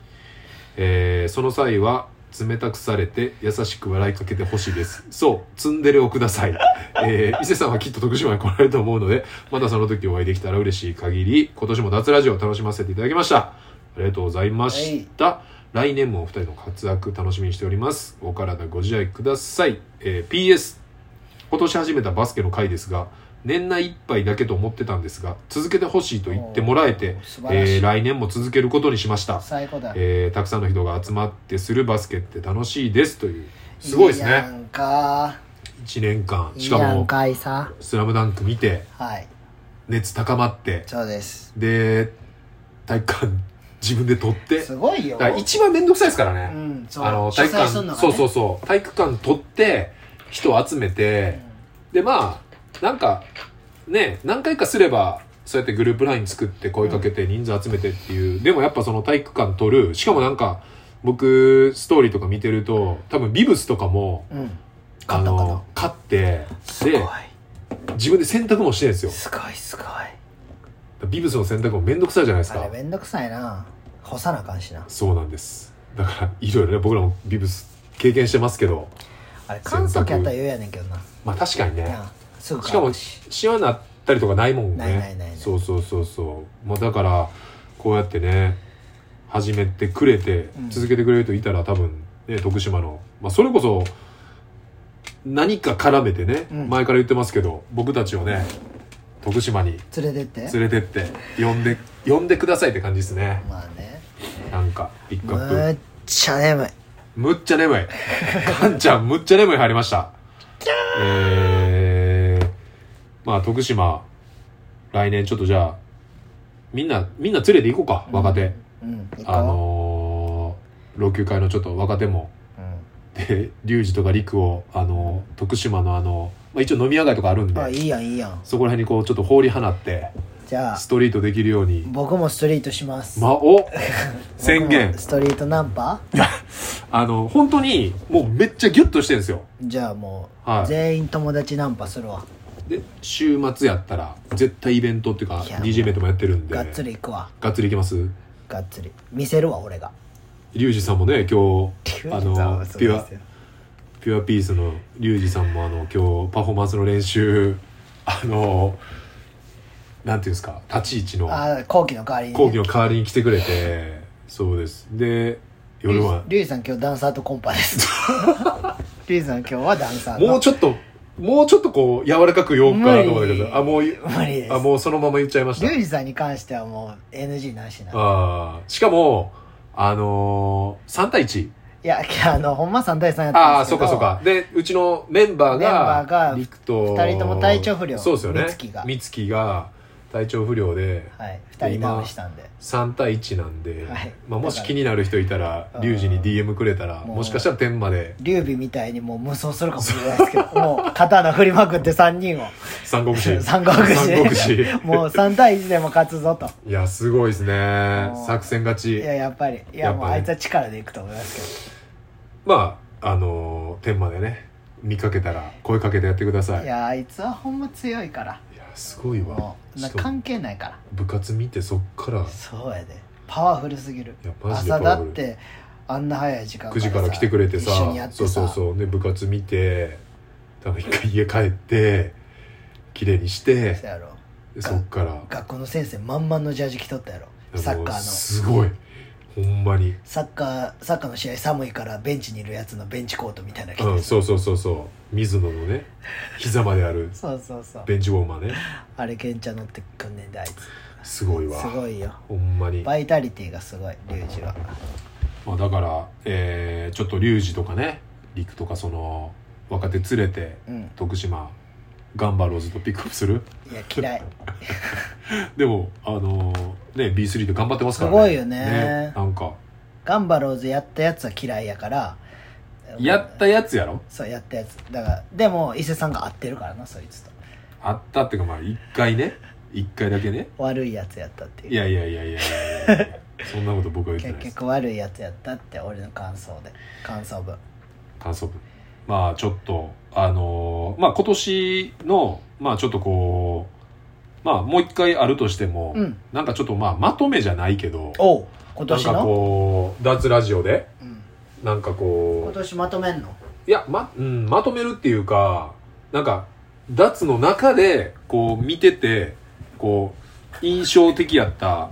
Speaker 2: えーその際は冷たくされて優しく笑いかけてほしいですそうツンデレをください、えー伊勢さんはきっと徳島に来られると思うのでまたその時お会いできたら嬉しい限り今年も脱ラジオを楽しませていただきましたありがとうございました、来年もお二人の活躍楽しみにしておりますお体ご自愛ください、えー PS 今年始めたバスケの回ですが年内いっぱいだけと思ってたんですが続けてほしいと言ってもらえて
Speaker 1: おー素、晴らしい
Speaker 2: えー来年も続けることにしました、
Speaker 1: 最高だ
Speaker 2: えーたくさんの人が集まってするバスケって楽しいですというすごいです
Speaker 1: いや
Speaker 2: ね
Speaker 1: んか
Speaker 2: 1年間
Speaker 1: い
Speaker 2: し
Speaker 1: い
Speaker 2: か
Speaker 1: やん
Speaker 2: も
Speaker 1: かいさ
Speaker 2: 「スラムダンク見て
Speaker 1: はい
Speaker 2: 「熱高まって
Speaker 1: そうです
Speaker 2: で体育館自分で取って
Speaker 1: すごいよ
Speaker 2: だから一番面倒くさいですからね、
Speaker 1: うんそう
Speaker 2: あの体育
Speaker 1: 主催
Speaker 2: 館
Speaker 1: すんのがね
Speaker 2: そうそうそう体育館取って人を集めて、でまあなんかね何回かすればそうやってグループライン作って声かけて人数集めてっていう、でもやっぱその体育館取るしかもなんか僕ストーリーとか見てると多分ビブスとかも
Speaker 1: うん、うん、
Speaker 2: あ
Speaker 1: 買った買っ
Speaker 2: の買って
Speaker 1: たすごい
Speaker 2: で自分で洗濯もしてるんですよ
Speaker 1: すごいすごい
Speaker 2: ビブスの洗濯もめんどくさいじゃないです
Speaker 1: あれ
Speaker 2: か
Speaker 1: めんどくさいな干さなあかんしな
Speaker 2: そうなんですだからいろいろね僕らもビブス経験してますけど
Speaker 1: あれ乾燥機やったら言うやねんけどな
Speaker 2: まあ確かにね、
Speaker 1: なあすぐ
Speaker 2: しかも
Speaker 1: 乾くし
Speaker 2: シワになったりとかないもんね
Speaker 1: ないないないない
Speaker 2: そうそうそうそうもうだからこうやってね始めてくれて
Speaker 1: うん
Speaker 2: 続けてくれる人いたら多分ね徳島の、まあ、それこそ何か絡めてね、
Speaker 1: うん
Speaker 2: 前から言ってますけど僕たちをね徳島に
Speaker 1: 連れてって
Speaker 2: 連れてって呼んで呼んでくださいって感じですね
Speaker 1: まあね
Speaker 2: なんかピック
Speaker 1: む
Speaker 2: アッ
Speaker 1: っちゃ眠い
Speaker 2: プむっちゃ眠いかんちゃんむっちゃ眠い入りましたえー、まあ徳島来年ちょっとじゃあみんなみんな連れて行こうか若手、
Speaker 1: うん行こう
Speaker 2: あのー、老朽会のちょっと若手も
Speaker 1: う
Speaker 2: でリュウジとかリクをあのー徳島のあの、まあ、一応飲み屋街とかあるん
Speaker 1: んあい
Speaker 2: で
Speaker 1: いやんいいやん
Speaker 2: そこら辺にこうちょっと放り放って
Speaker 1: じゃあ
Speaker 2: ストリートできるように
Speaker 1: 僕もストリートします
Speaker 2: まあお
Speaker 1: 僕も
Speaker 2: 宣言
Speaker 1: ストリートナンパ
Speaker 2: あの本当にもうめっちゃギュッとしてるんですよ
Speaker 1: じゃあもう、
Speaker 2: はい
Speaker 1: 全員友達ナンパするわ
Speaker 2: で週末やったら絶対イベントっていうか
Speaker 1: いや
Speaker 2: DJ イベントもやってるんで
Speaker 1: がっつり行くわ
Speaker 2: がっつり行きます
Speaker 1: がっつり見せるわ俺が
Speaker 2: リュウジさんもね今日あのピュア
Speaker 1: ア
Speaker 2: ピュアピースのリュウジさんもあの今日パフォーマンスの練習 <laughs> あのなんていうんですか立ち位置の
Speaker 1: あ後期の代わりに、ね、
Speaker 2: 講義の代わりに来てくれてそうですで夜は
Speaker 1: リュウジさん今日ダンサーとコンパです
Speaker 2: <laughs>
Speaker 1: リュウジさん今日はダンサーと
Speaker 2: もうちょっともうちょっとこう柔らかく言おうかなと思ったけ
Speaker 1: 無理
Speaker 2: どあもう
Speaker 1: 無理です
Speaker 2: あもうそのまま言っちゃいまし
Speaker 1: リ
Speaker 2: た
Speaker 1: ュウジさんに関してはもう NG なしな
Speaker 2: あーしかもあのー、3対1
Speaker 1: いやあのほんま3対3やったん
Speaker 2: あ
Speaker 1: で
Speaker 2: あ
Speaker 1: す
Speaker 2: そ
Speaker 1: け
Speaker 2: う
Speaker 1: ど
Speaker 2: かそうかでうちのメンバーが
Speaker 1: メンバーが
Speaker 2: 陸と
Speaker 1: 二人とも体調不良
Speaker 2: そうですよね
Speaker 1: 美月が
Speaker 2: 美月が体調不良で
Speaker 1: はい2人ダウンしたんで
Speaker 2: 3対1なんで、
Speaker 1: はい
Speaker 2: まあ、もし
Speaker 1: だから
Speaker 2: 気になる人いたら
Speaker 1: うん
Speaker 2: リュウジに DM くれたら
Speaker 1: もう
Speaker 2: もしかしたら天まで
Speaker 1: 劉備みたいにもう無双するかもしれないですけ
Speaker 2: <laughs>
Speaker 1: どもう刀振りまくって3人を
Speaker 2: 三国
Speaker 1: <laughs>
Speaker 2: 志
Speaker 1: 三国志
Speaker 2: 三国志
Speaker 1: もう3対1でも勝つぞと
Speaker 2: いやすごいですね
Speaker 1: もう
Speaker 2: 作戦勝
Speaker 1: い
Speaker 2: ち
Speaker 1: ややっぱりいや
Speaker 2: やっぱね
Speaker 1: もうあいつは力でいくと思います
Speaker 2: まああのー天までね見かけたら声かけてやってくだ
Speaker 1: け
Speaker 2: さい
Speaker 1: ど
Speaker 2: い
Speaker 1: い
Speaker 2: や
Speaker 1: やあいつはほんま強いから
Speaker 2: すごいわ
Speaker 1: もうな
Speaker 2: しかも
Speaker 1: 関係ないから
Speaker 2: 部活見てそっから
Speaker 1: そうやでパワフルすぎる
Speaker 2: いやマジで
Speaker 1: 朝だ
Speaker 2: パワ
Speaker 1: っ
Speaker 2: フル
Speaker 1: てあんな早い時間
Speaker 2: 9時から来てくれてさ
Speaker 1: 一緒にやってさ
Speaker 2: そうそうそうで部活見て多分一回家帰って綺麗にして
Speaker 1: そうやろ
Speaker 2: でそっから
Speaker 1: 学校の先生満々のジャージ着とったやろサッカーの
Speaker 2: もうすごいほんまに
Speaker 1: サッカーサッカーの試合寒いからベンチにいるやつのベンチコートみたいなの着て
Speaker 2: うんそうそうそうそう水野のね膝まである
Speaker 1: そうそうそう
Speaker 2: ベンチウォーマーね
Speaker 1: あれケンちゃん乗ってくんねんであいつ
Speaker 2: すごいわ
Speaker 1: すごいよ
Speaker 2: ほんまに、
Speaker 1: バイタリティがすごいリュウジは
Speaker 2: まあ、だから、えーちょっとリュウジとかね陸とかその若手連れて
Speaker 1: うん
Speaker 2: 徳島ガンバローズとピックアップする
Speaker 1: いや嫌い
Speaker 2: でもあのー、ね B3 で頑張ってますからね
Speaker 1: すごいよね
Speaker 2: なんか
Speaker 1: ガンバローズやったやつは嫌いやから
Speaker 2: やったやつやろ
Speaker 1: そうやったやつだからでも伊勢さんが合ってるからなそいつと
Speaker 2: あったっていうかまあ一回ね一回だけね
Speaker 1: 悪いやつやったっていう
Speaker 2: いやいやいやいやいやいや
Speaker 1: <laughs>
Speaker 2: そんなこと僕は言って
Speaker 1: 結
Speaker 2: ないです
Speaker 1: 局悪いやつやったって俺の感想で感想文
Speaker 2: 感想文まあちょっとあのーまあ今年のまあちょっとこうまあもう一回あるとしても、
Speaker 1: うん
Speaker 2: なんかちょっとまあまとめじゃないけど
Speaker 1: おう今
Speaker 2: なん
Speaker 1: 年
Speaker 2: か
Speaker 1: の、
Speaker 2: こう脱ラジオで
Speaker 1: うん、
Speaker 2: なんか
Speaker 1: 今
Speaker 2: こう
Speaker 1: 年まとめんの
Speaker 2: いやま,、うん、まとめるっていうかなんか脱の中でこう見ててこう印象的やった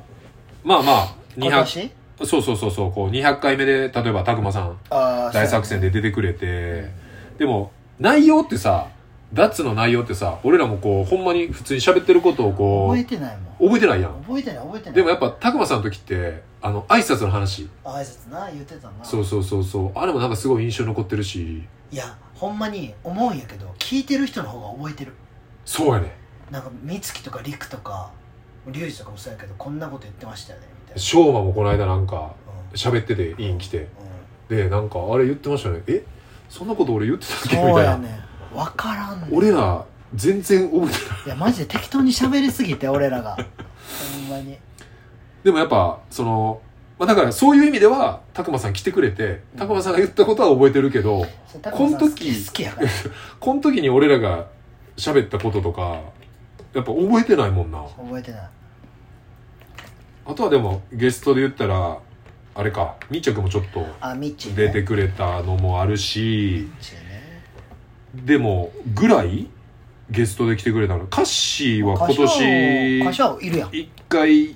Speaker 2: まあまあ
Speaker 1: 今
Speaker 2: 200
Speaker 1: 年
Speaker 2: そうそうそうそうこう200回目で例えば拓磨さん
Speaker 1: ああ
Speaker 2: 大作戦で出てくれてでも内容ってさ脱の内容ってさ俺らもこうほんまに普通に喋ってることをこ
Speaker 1: 覚え
Speaker 2: う
Speaker 1: てないもん
Speaker 2: 覚えてないやん
Speaker 1: 覚えてない覚えてない
Speaker 2: でもやっぱ拓磨さんの時ってあの挨拶の話
Speaker 1: 挨拶な言ってたな
Speaker 2: そうそうそうそうあれもなんかすごい印象に残ってるし
Speaker 1: いやほんまに思うんやけど聞いてる人の方が覚えてる
Speaker 2: そうやね
Speaker 1: なんか美月とか陸とか龍二とかもそうやけどこんなこと言ってましたよねみたいな
Speaker 2: 昭和もこの間なんか
Speaker 1: うん
Speaker 2: 喋ってて委員来て
Speaker 1: う
Speaker 2: でなんかあれ言ってましたねえそんなこと俺言ってたっけみ
Speaker 1: んそう
Speaker 2: た
Speaker 1: や
Speaker 2: いな
Speaker 1: ね分からんねん
Speaker 2: 俺ら全然覚えてない
Speaker 1: いやマジで適当に喋りすぎて俺らがほんまに
Speaker 2: でもやっぱその、まあ、だからそういう意味では拓磨さん来てくれて
Speaker 1: うん
Speaker 2: 拓磨さんが言ったことは覚えてるけど
Speaker 1: そうタコ
Speaker 2: こん
Speaker 1: さん好
Speaker 2: 時
Speaker 1: き好きやから
Speaker 2: この時に俺らが喋ったこととかやっぱ覚えてないもんな
Speaker 1: 覚えてない
Speaker 2: あとはでもゲストで言ったらあれかみっちゃくもちょっと
Speaker 1: あミッチーね
Speaker 2: 出てくれたのもあるし
Speaker 1: ミッチーね
Speaker 2: でもぐらいゲストで来てくれたのカッシーは今
Speaker 1: カシ
Speaker 2: 年
Speaker 1: ャオいるやん
Speaker 2: 1回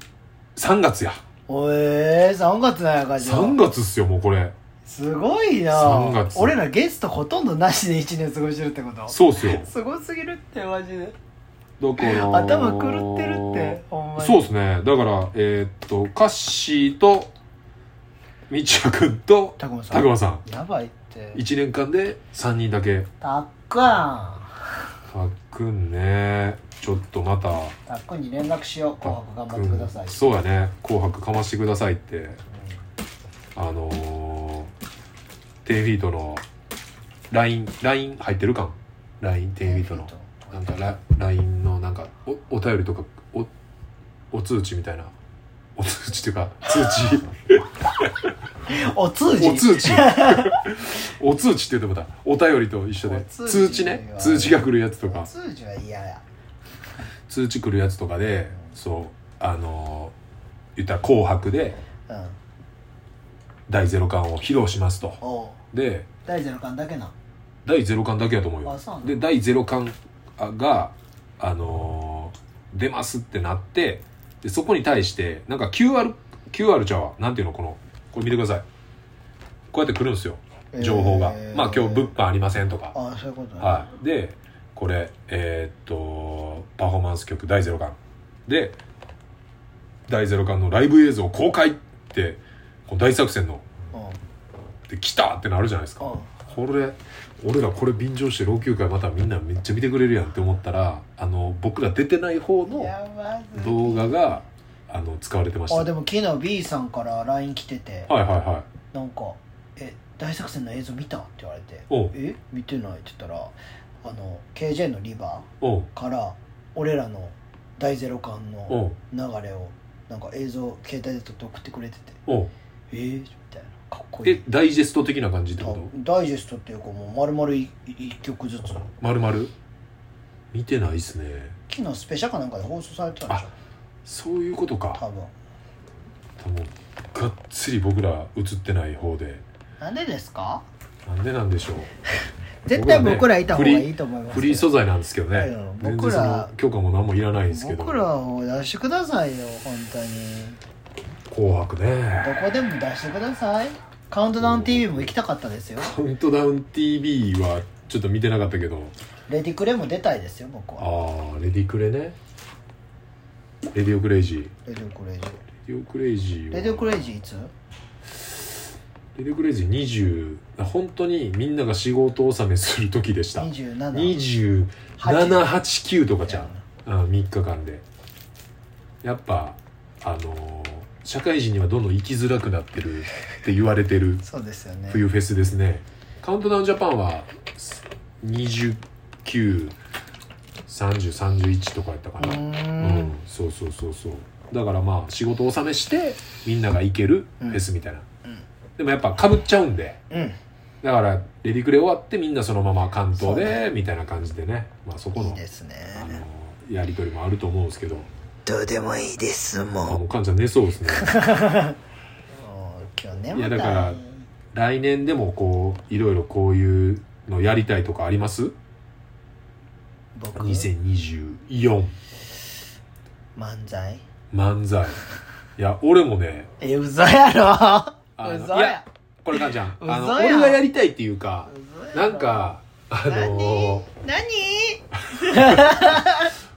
Speaker 2: 3月や
Speaker 1: おえー、3月なんやカシャオ
Speaker 2: 3月っすよもうこれ
Speaker 1: すごいな
Speaker 2: 三月
Speaker 1: 俺らゲストほとんどなしで1年過ごしてるってこと
Speaker 2: そうっすよ
Speaker 1: すごすぎるってマジで
Speaker 2: だから
Speaker 1: 頭狂ってるってほんまに
Speaker 2: そうですねだからえーっとカッシーとみちやくんと
Speaker 1: タコさ
Speaker 2: た
Speaker 1: ん
Speaker 2: くまさん
Speaker 1: やばいって
Speaker 2: 1年間で3人だけ
Speaker 1: たっくん
Speaker 2: たっくんねちょっとまた
Speaker 1: たっくんに連絡しよう紅白頑張ってください
Speaker 2: たっくんそうやね「紅白かましてください」ってあのー、テイフィートの LINE 入ってるかん LINE テイフィートのなんかラ LINE のなんかおお便りとかおお通知みたいなお通知っていうか通知
Speaker 1: お <laughs> 通じ
Speaker 2: お通知お通知って言ってもたお便りと一緒で
Speaker 1: お通知
Speaker 2: 通知ね通知が来るやつと
Speaker 1: お
Speaker 2: か
Speaker 1: 通じは嫌や
Speaker 2: 通知来るやつとかでそうあのー言ったら「紅白」で
Speaker 1: うん
Speaker 2: 第0巻を披露しますと
Speaker 1: おう
Speaker 2: で
Speaker 1: 大事な感だけな
Speaker 2: 第0巻だけやと思うよ
Speaker 1: あそうなんだ
Speaker 2: で第0巻があのー出ますってなってでそこに対してなんか QR QR ちゃうわなんていうのこのこれ見てくださいこうやって来るんですよ情報が、
Speaker 1: えー
Speaker 2: まあ今日物販ありませんとか
Speaker 1: あそういうことね
Speaker 2: はい、でこれえーっとパフォーマンス曲「第0巻」で「第0巻」のライブ映像公開ってこの大作戦の
Speaker 1: うん
Speaker 2: で来たってなるじゃないですか
Speaker 1: うん
Speaker 2: これ俺らこれ便乗して老朽化またみんなめっちゃ見てくれるやんって思ったらあの僕ら出てない方の
Speaker 1: やばず
Speaker 2: 動画があの使われてました
Speaker 1: あ
Speaker 2: はい
Speaker 1: でも昨日 B さんから LINE 来てて
Speaker 2: はいはい
Speaker 1: なんか「え大作戦の映像見た?」って言われて
Speaker 2: おう
Speaker 1: 「え見てない」って言ったらあの KJ のリバ
Speaker 2: おう
Speaker 1: ーから俺らの第ゼロ感の
Speaker 2: おう
Speaker 1: 流れをなんか映像携帯で撮って送ってくれてて
Speaker 2: おう
Speaker 1: 「えーみたいなかっこい
Speaker 2: え
Speaker 1: い
Speaker 2: ダイジェスト的な感じってこ
Speaker 1: あ
Speaker 2: と
Speaker 1: ダイジェストっていうかもう丸々い一曲ずつ昨
Speaker 2: まるまる見てないっすね
Speaker 1: 日スペシャルかなんかで放送されてたんでしょ
Speaker 2: そういうことか
Speaker 1: 多分
Speaker 2: もうがっつり僕ら映ってない方で
Speaker 1: なんでですか
Speaker 2: なんでなんでしょう
Speaker 1: 絶対僕らいた方がいいと思います
Speaker 2: フリー素材なんですけど
Speaker 1: は
Speaker 2: ね
Speaker 1: い僕ら
Speaker 2: 全然その許可も何もいらないんですけど
Speaker 1: 僕らを出してくださいよ本当に
Speaker 2: 紅白ね
Speaker 1: どこでも出してくださいカウントダウン TV も行きたかったですよ
Speaker 2: カウントダウン TV はちょっと見てなかったけど
Speaker 1: レディクレも出たいですよ僕は
Speaker 2: ああレディクレねレディオクレイジー
Speaker 1: レ
Speaker 2: レ
Speaker 1: ディクレイジ
Speaker 2: ディオクレイジ
Speaker 1: ー
Speaker 2: ーは
Speaker 1: レディクレイジーいつ
Speaker 2: レディオクレイジー20本当にみんなが仕事納めする時でした
Speaker 1: 27
Speaker 2: 2789とかじゃんうん3日間でやっぱあのー社会人にはどんどん生きづらくなってるって言われてる
Speaker 1: そうですよね
Speaker 2: 冬フェスですねカウントダウンジャパンは293031とかやったか
Speaker 1: う
Speaker 2: なう
Speaker 1: ー
Speaker 2: ん、
Speaker 1: ん
Speaker 2: そうそうそうそうだからまあ仕事納めしてみんなが行けるフェスみたいな、
Speaker 1: うん
Speaker 2: でもやっぱかぶっちゃうんで
Speaker 1: うん
Speaker 2: だからレディクレ終わってみんなそのまま関東
Speaker 1: そう
Speaker 2: でみたいな感じでね、まあ、そこ
Speaker 1: い
Speaker 2: の
Speaker 1: いですね
Speaker 2: あのやり取りもあると思うんですけど
Speaker 1: どうでもいいです
Speaker 2: あも
Speaker 1: も
Speaker 2: うカンちゃん寝そうですね
Speaker 1: うもう今日眠
Speaker 2: いや
Speaker 1: た
Speaker 2: だ
Speaker 1: い
Speaker 2: から来年でもこういろいろこういうのやりたいとかあります
Speaker 1: 僕
Speaker 2: 2024
Speaker 1: 漫才
Speaker 2: 漫才いや俺もね
Speaker 1: え嘘やろ
Speaker 2: あの
Speaker 1: 嘘
Speaker 2: い
Speaker 1: や
Speaker 2: やこれカンちゃんあの
Speaker 1: 嘘や
Speaker 2: 俺がやりたいっていうか
Speaker 1: 嘘やろ
Speaker 2: なんかあのー
Speaker 1: 何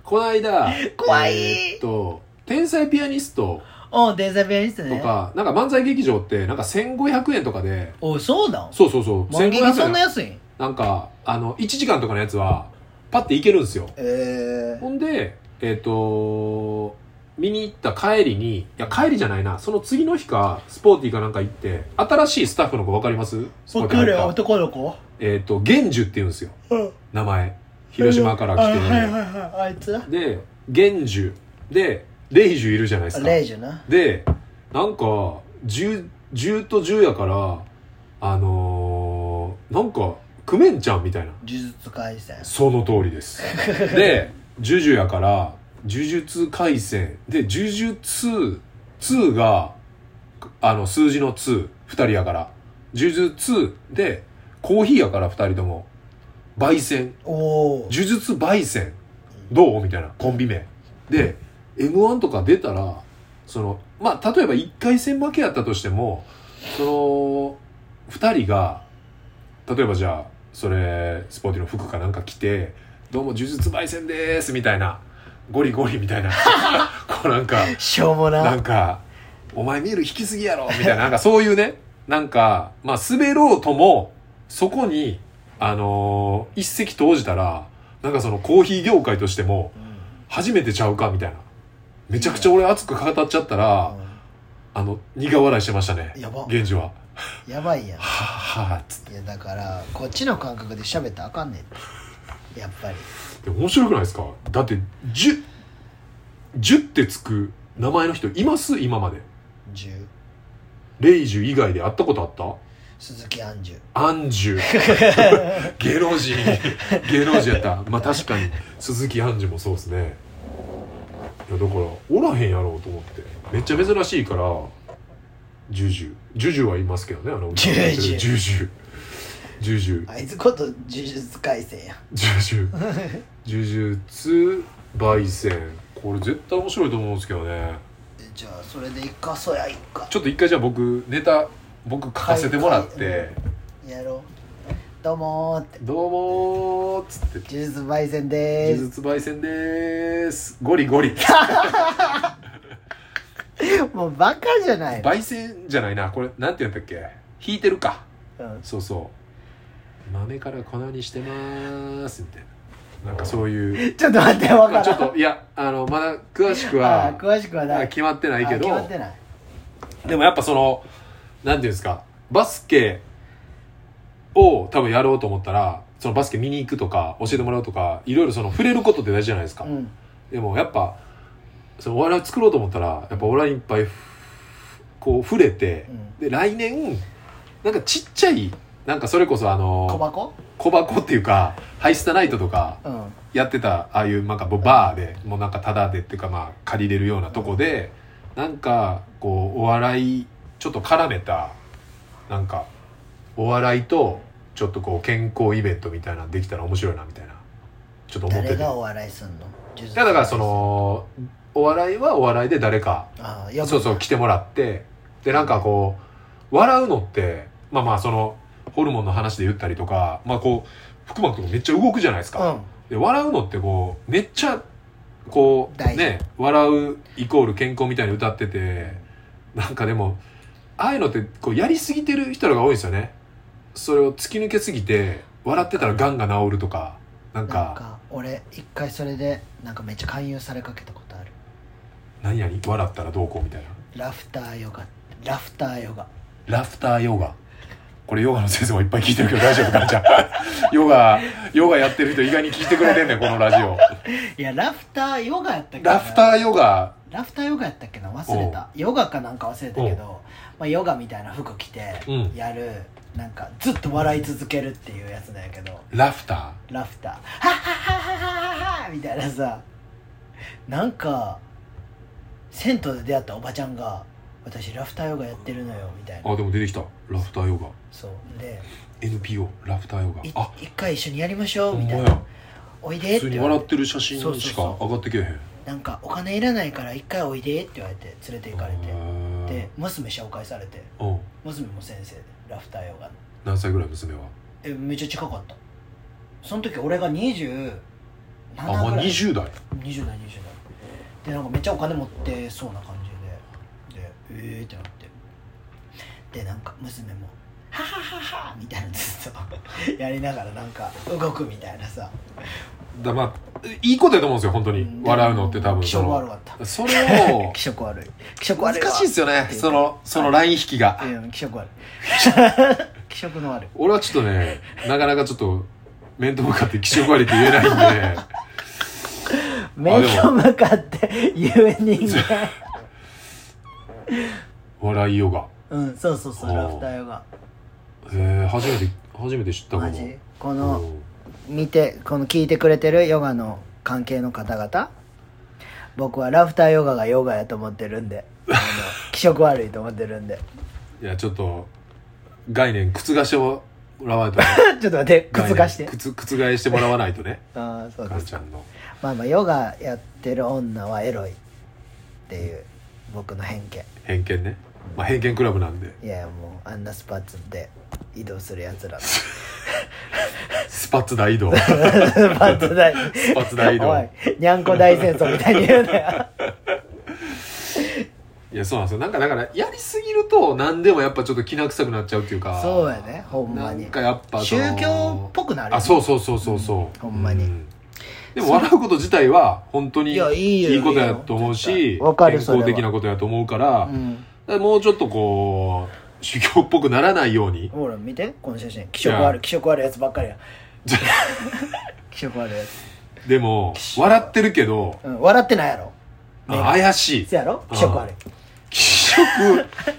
Speaker 2: この間
Speaker 1: 怖い
Speaker 2: えーっと天才ピアニスト
Speaker 1: おデザベアリスト
Speaker 2: と
Speaker 1: ね
Speaker 2: か、なんか漫才劇場ってなんか1500円とかで
Speaker 1: おそうなん
Speaker 2: そうそうそう
Speaker 1: 万劇そん
Speaker 2: 1500
Speaker 1: な
Speaker 2: 円
Speaker 1: 安いん
Speaker 2: なんかあの1時間とかのやつはパッて行けるんですよ
Speaker 1: え
Speaker 2: ほんでえっ、と見に行った帰りにいや帰りじゃないなその次の日かスポーティーかなんか行って新しいスタッフの子分かります
Speaker 1: ー、僕よりは
Speaker 2: スポーティー
Speaker 1: 男
Speaker 2: 入った
Speaker 1: の子
Speaker 2: えっ、と源樹って言うんですよ
Speaker 1: うん
Speaker 2: 名前 <laughs> 広島から来てる、
Speaker 1: あはいはいはいあいつあ
Speaker 2: で源樹でレイジュいるじゃないですか
Speaker 1: レイジュな
Speaker 2: でなんか 10, 10と10やからあのーなんかクメンちゃんみたいな
Speaker 1: 呪術廻戦
Speaker 2: その通りですでジュジュやから呪術廻戦で呪術2があの数字の22人やから呪術2でコーヒーやから2人とも焙煎
Speaker 1: おお
Speaker 2: 呪術焙煎どうみたいなコンビ名で m 1とか出たらそのまあ例えば1回戦負けやったとしてもその2人が例えばじゃあそれスポーティの服かなんか着て「どうも呪術焙煎です」みたいな「ゴリゴリ」みたいな <laughs> こうなんか
Speaker 1: しょうも
Speaker 2: な
Speaker 1: なん
Speaker 2: か「お前見る引きすぎやろ」みたいななんかそういうねなんかまあ滑ろうともそこにあのー一石投じたらなんかそのコーヒー業界としても
Speaker 1: うん
Speaker 2: 初めてちゃうかみたいなめちゃくちゃ俺熱く語っちゃったらあの苦笑いしてましたね
Speaker 1: やば
Speaker 2: 源氏は
Speaker 1: やばいやん
Speaker 2: 「はあはあ」っつっ
Speaker 1: いやだからこっちの感覚で喋ったらあかんねんってやっぱり
Speaker 2: て面白くないですかだって「じゅ」「じゅ」ってつく名前の人います今まで
Speaker 1: 10
Speaker 2: レイジュ以外で会ったことあった
Speaker 1: 鈴木杏樹
Speaker 2: アンジュ
Speaker 1: <laughs>
Speaker 2: 芸能人芸能人やったまあ確かに鈴木アンジュもそうですねいやだからおらへんやろうと思ってめっちゃ珍しいからジュジュジュジュはいますけどねあの
Speaker 1: ジュジュ
Speaker 2: ジュジュジュジュ
Speaker 1: あいつこと呪術廻戦や
Speaker 2: ジュジュ呪術焙煎これ絶対面白いと思うんですけどね
Speaker 1: えじゃあそれでいかそやいか
Speaker 2: ちょっと一回じゃあ僕ネタ僕書かせてもらって「
Speaker 1: はいはいやろうどうもーって
Speaker 2: どうも」っつって
Speaker 1: 呪術廻戦でー
Speaker 2: 呪術焙煎でーすゴリゴリ
Speaker 1: すもうバカじゃないの、
Speaker 2: 焙煎じゃないなこれなんて言うんだっけ引いてるか
Speaker 1: うん、
Speaker 2: そうそう豆から粉にしてまーすみたいななんかそういう
Speaker 1: ちょっと待って分からん
Speaker 2: ちょっといやあのまだ詳しく
Speaker 1: あ
Speaker 2: は
Speaker 1: ー詳しくはない
Speaker 2: 決まってない
Speaker 1: あ
Speaker 2: けど
Speaker 1: 決まってない
Speaker 2: でもやっぱそのなんていうんですかバスケを多分やろうと思ったらそのバスケ見に行くとか教えてもらうとかいろいろその触れることって大事じゃないですか、
Speaker 1: うん
Speaker 2: でもやっぱそのお笑いを作ろうと思ったらやっぱお笑いにいっぱいふこう触れて、
Speaker 1: うん
Speaker 2: で来年なんかちっちゃいなんかそれこそあ
Speaker 1: 小
Speaker 2: の
Speaker 1: 箱
Speaker 2: 小箱っていうかハイスタナイトとか
Speaker 1: うん
Speaker 2: やってたああいうなんかもうバーでもうなんかタダでっていうかまあ借りれるようなとこでなんかこうお笑いちょっと絡めたなんかお笑いとちょっとこう健康イベントみたいなのできたら面白いなみたいなちょっと思ってて
Speaker 1: 誰がお笑いすんの呪術
Speaker 2: いやだからそのお笑いはお笑いで誰か
Speaker 1: ああやば
Speaker 2: そうそう来てもらってでなんかこう笑うのってまあまあそのホルモンの話で言ったりとかまあこう腹膜とかめっちゃ動くじゃないですか、
Speaker 1: うん
Speaker 2: で笑うのってこうめっちゃこう
Speaker 1: 大事
Speaker 2: ね笑うイコール健康みたいに歌っててなんかでもああいうのってこうやりすぎてる人らが多いんですよねそれを突き抜けすぎて笑ってたらがんが治るとかなん
Speaker 1: なん
Speaker 2: か
Speaker 1: か俺一回それでなんかめっちゃ勧誘されかけたことある
Speaker 2: 何々笑ったらどうこうみたいな
Speaker 1: ラフターヨガラフターヨガ
Speaker 2: ラフターヨガ。これヨガの先生もいっぱい聞いてるけど大丈夫かなじゃあ。 <laughs> ヨガ、ヨガやってる人意外に聞いてくれてんねん、このラジオ。
Speaker 1: いやラフターヨガやったっけな
Speaker 2: ラフターヨガ、
Speaker 1: ラフターヨガやったっけな忘れたヨガかなんか忘れたけど、まあ、ヨガみたいな服着て
Speaker 2: うん
Speaker 1: やる、なんかずっと笑い続けるっていうやつなんやけど
Speaker 2: ラフタ
Speaker 1: ラフター「ハッハッハッハッハッハッハッみたいなさなんか銭湯で出会ったおばちゃんが「私ラフターヨガやってるのよ」みたい
Speaker 2: ー。
Speaker 1: な
Speaker 2: あ、でも出てきた。ラフターヨガ。
Speaker 1: そうで
Speaker 2: NPO、ラフターヨ
Speaker 1: い
Speaker 2: ガ。あ、
Speaker 1: 一回一緒にやりましょ
Speaker 2: ほ
Speaker 1: うんみ
Speaker 2: ま
Speaker 1: たいな
Speaker 2: や。
Speaker 1: 「おいで」っ
Speaker 2: 普
Speaker 1: て
Speaker 2: 通に
Speaker 1: 言わ
Speaker 2: 笑
Speaker 1: れ
Speaker 2: っててる写真
Speaker 1: そうそうそう
Speaker 2: しか上がってけえへん。
Speaker 1: なんか「お金いらないから一回おいで」って言われて連れて行かれて
Speaker 2: へ
Speaker 1: で
Speaker 2: え
Speaker 1: 娘紹介されて
Speaker 2: うん。
Speaker 1: 娘も先生でラフターヨガの
Speaker 2: 何歳ぐらい娘は
Speaker 1: えめっちゃ近かったその時俺が27ぐ
Speaker 2: あ、
Speaker 1: らい
Speaker 2: まあ20
Speaker 1: 20
Speaker 2: 代。
Speaker 1: 代20代でなんかめっちゃお金持ってそうな感じででえーってなってでなんか娘も「 <laughs> はははは」みたいなのずっとやりながらなんか動くみたいなさ
Speaker 2: だまあいいことやと思うんですよ本当に笑うのって多分
Speaker 1: 気
Speaker 2: そ
Speaker 1: 色悪
Speaker 2: の
Speaker 1: かった
Speaker 2: それ
Speaker 1: <laughs>
Speaker 2: を
Speaker 1: 気色悪い気色
Speaker 2: 難
Speaker 1: 悪いわ
Speaker 2: しいですよねそのそのライン引きが
Speaker 1: うん気
Speaker 2: <laughs>
Speaker 1: 色悪い気色の悪い
Speaker 2: 俺はちょっとねなかなかちょっと面と向かって気色悪いって言えない
Speaker 1: <laughs>
Speaker 2: んで
Speaker 1: 面と向かって言う人
Speaker 2: <laughs>
Speaker 1: 間
Speaker 2: 笑いよが
Speaker 1: うんそうそうそう
Speaker 2: あー
Speaker 1: ラフターヨガ
Speaker 2: えー、初めて初めて知ったか
Speaker 1: マ
Speaker 2: も
Speaker 1: ジこ
Speaker 2: う
Speaker 1: の
Speaker 2: ん
Speaker 1: 見てこの聞いてくれてるヨガの関係の方々僕はラフターヨガがヨガやと思ってるんであ
Speaker 2: <laughs>
Speaker 1: の気色悪いと思ってるんで <laughs>
Speaker 2: いやちょっと概念覆してもらわないと
Speaker 1: ちょっと待って
Speaker 2: 概念
Speaker 1: <laughs> 覆して
Speaker 2: 覆覆してもらわないとね
Speaker 1: ああ <laughs> そう
Speaker 2: か
Speaker 1: で
Speaker 2: ん
Speaker 1: す
Speaker 2: ちゃんの
Speaker 1: まあまあヨガやってる女はエロいっていう僕の偏見
Speaker 2: 偏見ね、まあ、偏見クラブなんで
Speaker 1: いやいやもうあんなスパッツで移動するやつら <laughs> ス
Speaker 2: スパッツ
Speaker 1: <laughs>
Speaker 2: 大移動
Speaker 1: パッツ大
Speaker 2: スパッツ大移動
Speaker 1: おいにゃんこ大戦争みたいに言うなよ
Speaker 2: いやそうなんですよなんかだからやりすぎると何でもやっぱちょっときな臭くなっちゃうっていうか
Speaker 1: そうやねほんまに
Speaker 2: なんかやっぱその
Speaker 1: 宗教っぽくなるよね
Speaker 2: あそうそうそうそうそう、
Speaker 1: うんほんまに
Speaker 2: でも笑うこと自体は本当に
Speaker 1: いやいいよ
Speaker 2: いいことやと思う
Speaker 1: いい
Speaker 2: し
Speaker 1: よわかるそれ
Speaker 2: 健
Speaker 1: は
Speaker 2: 康的なことやと思うから,、
Speaker 1: う
Speaker 2: だか
Speaker 1: ん
Speaker 2: らもうちょっとこう宗教っぽくならないように
Speaker 1: ほら見てこの写真気色悪い気色悪いやつばっか
Speaker 2: <laughs>
Speaker 1: りや気色悪いやつ、
Speaker 2: でも笑ってるけど
Speaker 1: うん、笑ってないやろ
Speaker 2: あ怪しい
Speaker 1: そやろ気色悪い
Speaker 2: 気色